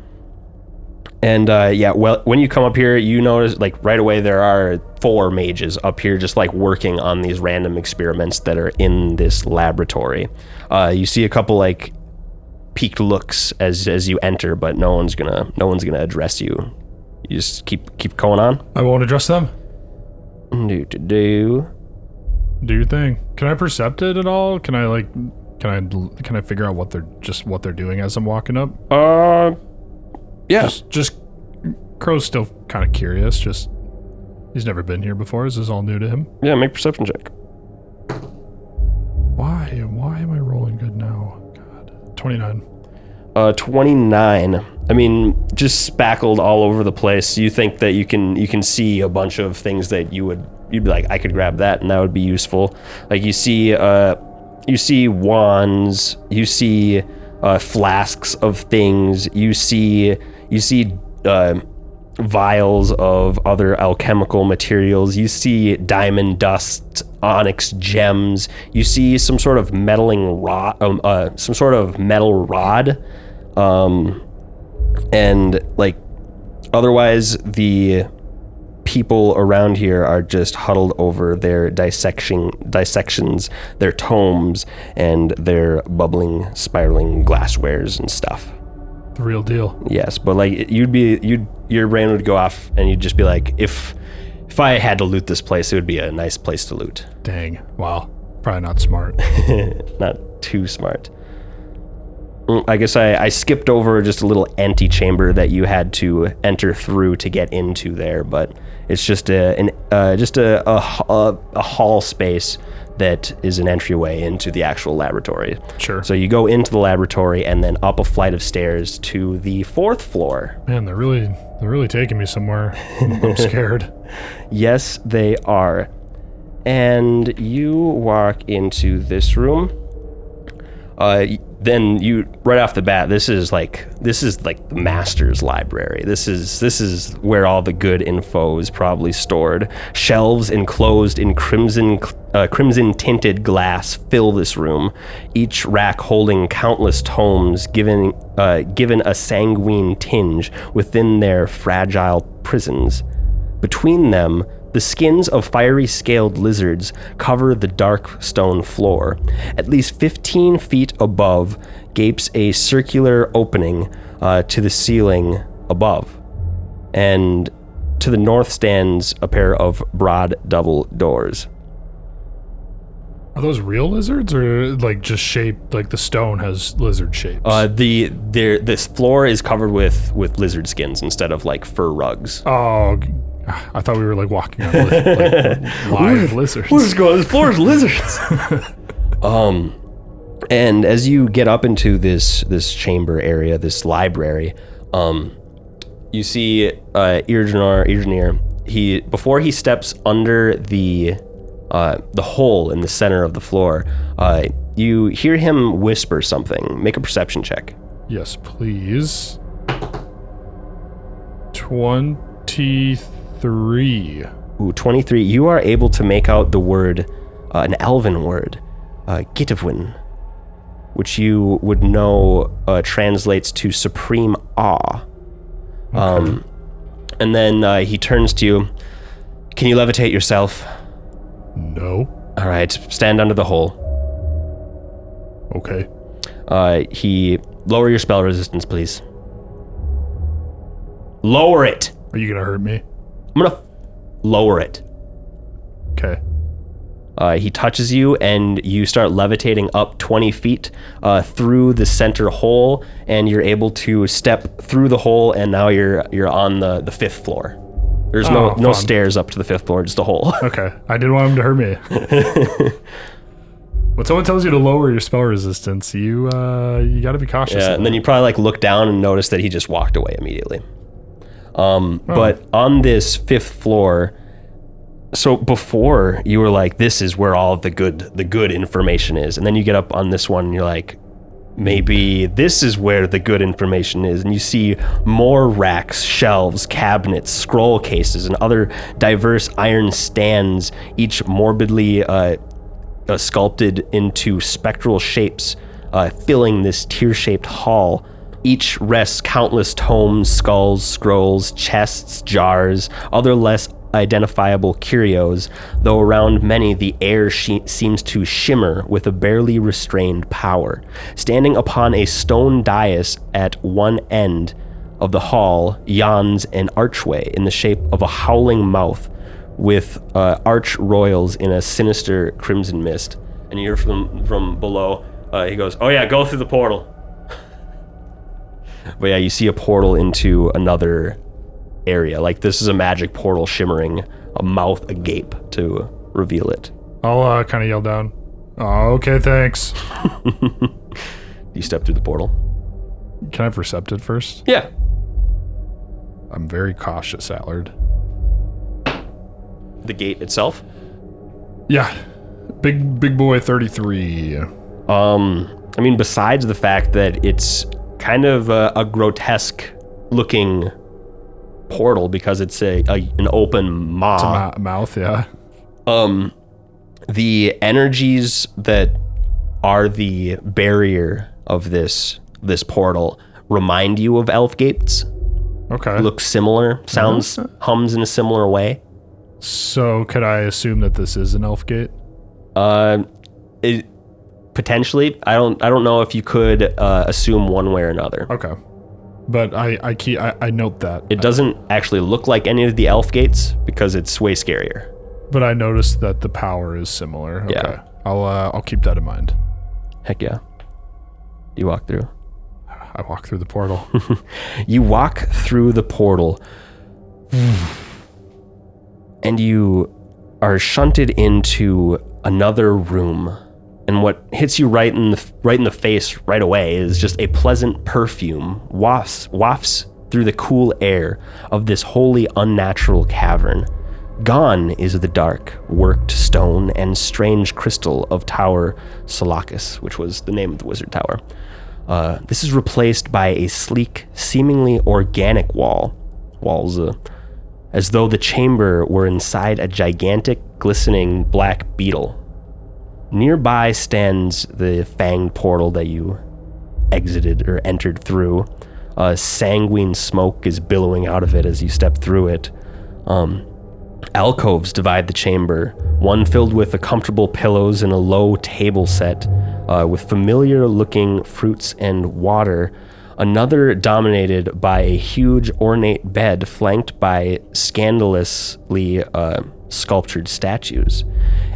And uh, yeah, well, when you come up here, you notice like right away there are four mages up here, just like working on these random experiments that are in this laboratory. Uh, you see a couple like peaked looks as as you enter, but no one's gonna no one's gonna address you. You just keep keep going on.
I won't address them.
Do do do.
Do your thing. Can I percept it at all? Can I like? Can I l- can I figure out what they're just what they're doing as I'm walking up?
Uh, yeah.
Just just Crow's still kind of curious. Just he's never been here before. Is this all new to him?
yeah. Make perception check.
Why why am I rolling good now? God, twenty nine.
Uh, 29. I mean, just spackled all over the place. You think that you can you can see a bunch of things that you would you'd be like, I could grab that and that would be useful. Like you see uh you see wands, you see uh, flasks of things, you see you see uh, vials of other alchemical materials. You see diamond dust, onyx gems. You see some sort of meddling rod, um, uh, some sort of metal rod, um, and like otherwise the people around here are just huddled over their dissection dissections, their tomes, and their bubbling, spiraling glasswares and stuff.
The real deal.
Yes, but like you'd be you'd your brain would go off and you'd just be like, if if I had to loot this place, it would be a nice place to loot.
Dang. Wow. Probably not smart.
Not too smart. Mm, I guess I, I skipped over just a little antechamber that you had to enter through to get into there, but it's just a an, uh, just a, a h- a a hall space that is an entryway into the actual laboratory.
Sure.
So you go into the laboratory and then up a flight of stairs to the fourth floor.
Man, they're really they're really taking me somewhere. I'm scared.
Yes, they are. And you walk into this room. Uh, y- then you right off the bat, this is like this is like the master's library. This is this is where all the good info is probably stored. Shelves enclosed in crimson cl- uh, crimson tinted glass fill this room. Each rack holding countless tomes, given uh, given a sanguine tinge within their fragile prisons. Between them, the skins of fiery scaled lizards cover the dark stone floor. At least 15 feet above gapes a circular opening uh, to the ceiling above. And to the north stands a pair of broad double doors.
Are those real lizards or like just shaped like the stone has lizard shapes?
Uh, the there this floor is covered with with lizard skins instead of like fur rugs.
oh, g- I thought we were like walking on li- like, live lizards.
going? This floor is lizards. um, and as you get up into this this chamber area, this library, um, you see uh, Irjanar, Irjanir. He before he steps under the uh, the hole in the center of the floor, uh, you hear him whisper something. Make a perception check.
Yes, please. 23.
Ooh, 23. You are able to make out the word, uh, an elven word, uh, Gitavwin, which you would know uh, translates to supreme awe. Um, and then uh, he turns to you. Can you levitate yourself?
No.
All right, stand under the hole.
Okay.
Uh, he lower your spell resistance, please. Lower it.
Are you going to hurt me?
I'm gonna f- lower it.
Okay.
Uh, he touches you, and you start levitating up 20 feet uh, through the center hole, and you're able to step through the hole, and now you're you're on the, the fifth floor. There's no
Oh,
no
fun.
stairs up to the fifth floor, just a hole. *laughs*
Okay. I didn't want him to hurt me. when someone tells you to lower your spell resistance, you uh, you got to be cautious.
Yeah, and then you probably like look down and notice that he just walked away immediately. Um, But on this fifth floor, so before you were like, "This is where all the good the good information is," and then you get up on this one, and you're like, "Maybe this is where the good information is," and you see more racks, shelves, cabinets, scroll cases, and other diverse iron stands, each morbidly. Uh, uh, sculpted into spectral shapes, uh, filling this tear shaped hall. Each rests countless tomes, skulls, scrolls, chests, jars, other less identifiable curios, though around many the air she- seems to shimmer with a barely restrained power. Standing upon a stone dais at one end of the hall yawns an archway in the shape of a howling mouth with uh, arch royals in a sinister crimson mist. And you hear from from below. Uh, he goes, "Oh yeah, go through the portal." *laughs* but yeah, you see a portal into another area. Like this is a magic portal shimmering, a mouth agape to reveal it.
I'll uh, kind of yell down. Oh, okay, thanks.
You step through the portal.
Can I have recepted first?
Yeah.
I'm very cautious, Allard.
The gate itself.
Yeah. Big big boy 33.
Um, I mean, besides the fact that it's kind of a, a grotesque looking portal because it's a, a an open maw.
Ma- mouth, yeah.
um the energies that are the barrier of this this portal remind you of elf gates
Okay.
Uh-huh.
looks similar sounds hums in a similar way
So, could I assume that this is an elf gate?
uh it, potentially i don't i don't know if you could uh, assume one way or another
Okay. But I I keep I, I note that.
it doesn't actually look like any of the elf gates because it's way scarier
But I noticed that the power is similar. Okay.
Yeah.
I'll uh, I'll keep that in mind.
heck yeah you walk through
I walk through the portal.
You walk through the portal and you are shunted into another room. And what hits you right in the right in the face right away is just a pleasant perfume wafts wafts through the cool air of this wholly unnatural cavern. Gone is the dark, worked stone and strange crystal of Tower Solakis, which was the name of the wizard tower. Uh, this is replaced by a sleek, seemingly organic wall. Walls, uh, as though the chamber were inside a gigantic, glistening black beetle. Nearby stands the fanged portal that you exited or entered through. Uh, sanguine smoke is billowing out of it as you step through it. Um, Alcoves divide the chamber, one filled with the comfortable pillows and a low table set uh, with familiar looking fruits and water, another dominated by a huge ornate bed flanked by scandalously uh, sculptured statues,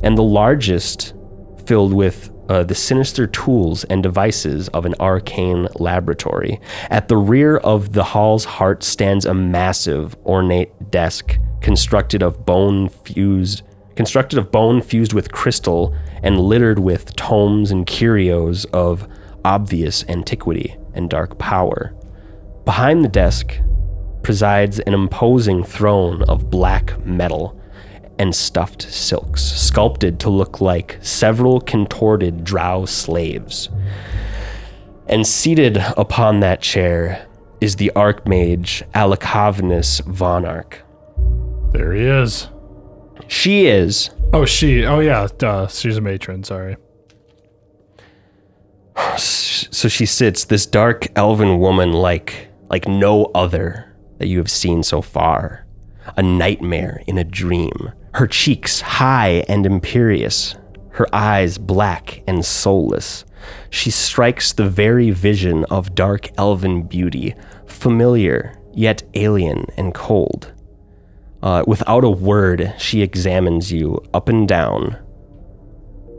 and the largest filled with uh, the sinister tools and devices of an arcane laboratory. At the rear of the hall's heart stands a massive, ornate desk constructed of bone fused, constructed of bone fused with crystal and littered with tomes and curios of obvious antiquity and dark power. Behind the desk presides an imposing throne of black metal and stuffed silks, sculpted to look like several contorted drow slaves. And seated upon that chair is the Archmage Alakavnus Vonarch.
there he is.
She is
Oh, she. Oh yeah, duh. She's a matron, sorry.
so she sits this dark elven woman like like no other that you have seen so far a nightmare in a dream her cheeks high and imperious her eyes black and soulless she strikes the very vision of dark elven beauty familiar yet alien and cold uh, without a word she examines you up and down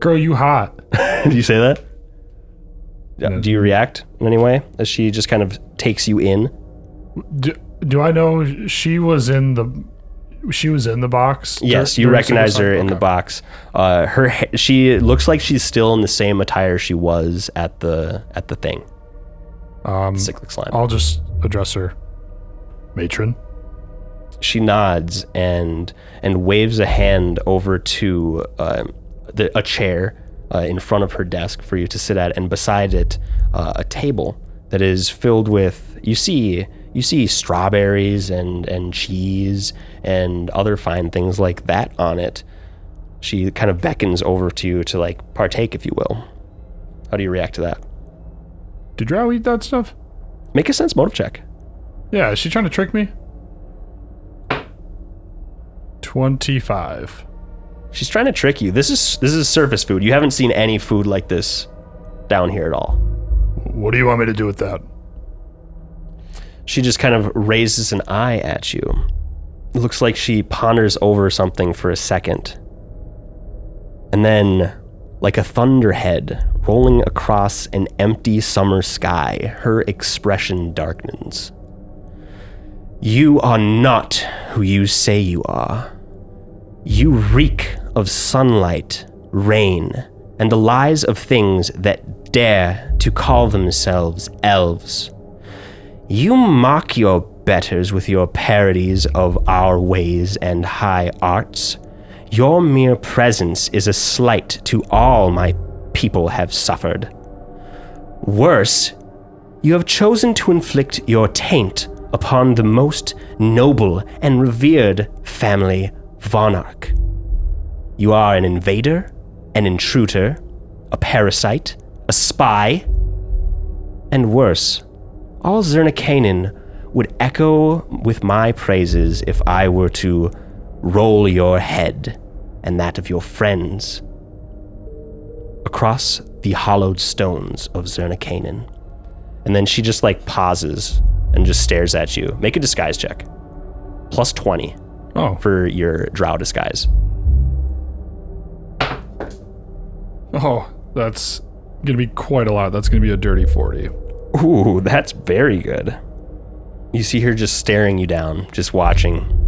Girl, you hot.
*laughs* do you say that? Do you react in any way as she just kind of takes you in?
Do, do I know she was in the She was in the box. dur-
Yes, you
during
recognize her
Silver Sun?
in the
Okay.
box. Uh, her ha- she looks like she's still in the same attire she was at the at the thing.
Um,
Cyclic slime.
Oh,
I'll just address her. Matron.
she nods and and waves a hand over to um the, a chair uh, in front of her desk for you to sit at, and beside it uh, a table that is filled with you see you see strawberries and and cheese and other fine things like that on it. She kind of beckons over to you to like partake, if you will. How do you react to that?
Did Drow eat that stuff?
Make a sense motive check.
Yeah, is she trying to trick me? 25.
She's trying to trick you. This is this is surface food. You haven't seen any food like this down here at all.
What do you want me to do with that?
She just kind of raises an eye at you. It looks like she ponders over something for a second. And then, like a thunderhead rolling across an empty summer sky, her expression darkens. You are not who you say you are. You reek of sunlight, rain, and the lies of things that dare to call themselves elves. You mock your betters with your parodies of our ways and high arts. Your mere presence is a slight to all my people have suffered. Worse, you have chosen to inflict your taint upon the most noble and revered family, Vonarch. You are an invader, an intruder, a parasite, a spy, and worse, all Zernikanan would echo with my praises if I were to roll your head and that of your friends across the hollowed stones of Zernikanan. And then she just like pauses and just stares at you. Make a disguise check. Plus 20
Oh,
for your drow disguise.
oh, that's gonna be quite a lot. That's gonna be a dirty 40.
Ooh, that's very good. You see her just staring you down, just watching.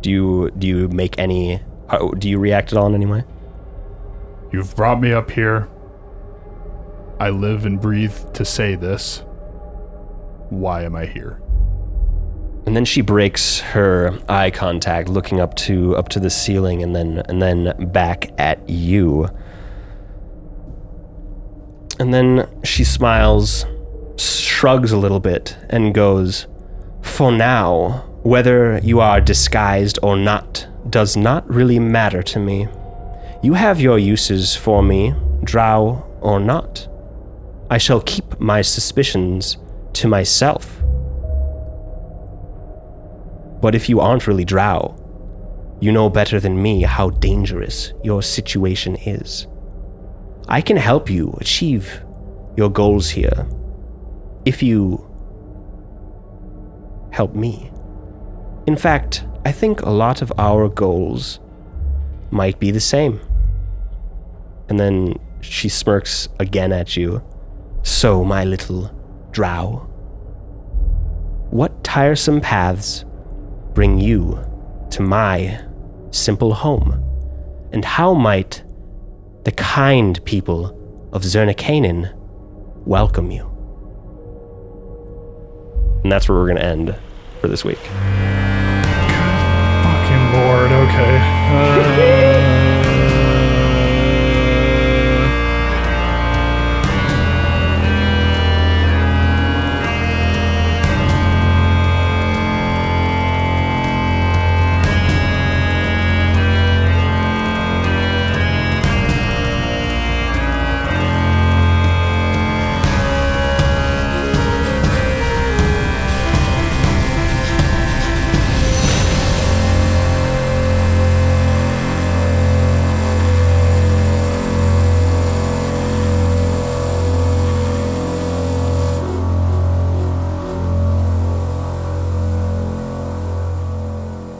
Do you do you make any? how- Do you react at all in any way?
You've brought me up here. I live and breathe to say this. Why am I here?
And then she breaks her eye contact, looking up to up to the ceiling, and then and then back at you. And then she smiles, shrugs a little bit, and goes, For now, whether you are disguised or not does not really matter to me. You have your uses for me, drow or not. I shall keep my suspicions to myself. But if you aren't really drow, you know better than me how dangerous your situation is. I can help you achieve your goals here if you help me. In fact, I think a lot of our goals might be the same. And then she smirks again at you. So, my little drow, what tiresome paths bring you to my simple home? And how might the kind people of Zernikanan welcome you? And that's where we're going to end for this week.
Fucking lord, okay.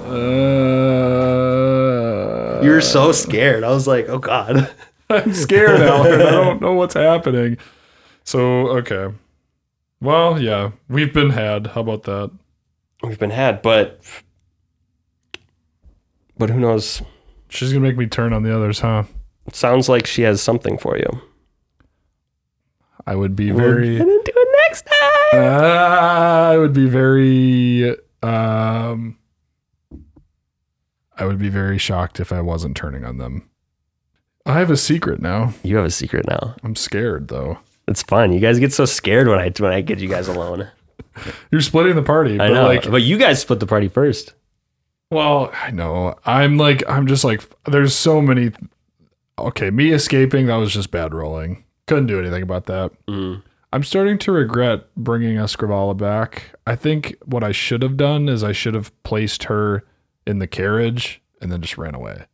Uh, *laughs*
You were so scared. I was like, oh *laughs* God.
I'm *laughs* scared, Alan. I don't know what's happening. So, okay. Well, yeah, we've been had. How about that?
We've been had, but But who knows?
She's gonna make me turn on the others, huh?
It sounds like she has something for you.
I would be very.
do it next time.
Ah, I would be very. Um, I would be very shocked if I wasn't turning on them. I have a secret now.
You have a secret now.
I'm scared though.
It's fun. You guys get so scared when I when I get you guys alone.
You're splitting the party.
I
but
know.
Like,
but you guys split the party first.
well, I know. I'm like, I'm just like, there's so many. Okay, me escaping, that was just bad rolling. Couldn't do anything about that.
Mm.
I'm starting to regret bringing Escrivala back. I think what I should have done is I should have placed her in the carriage and then just ran away.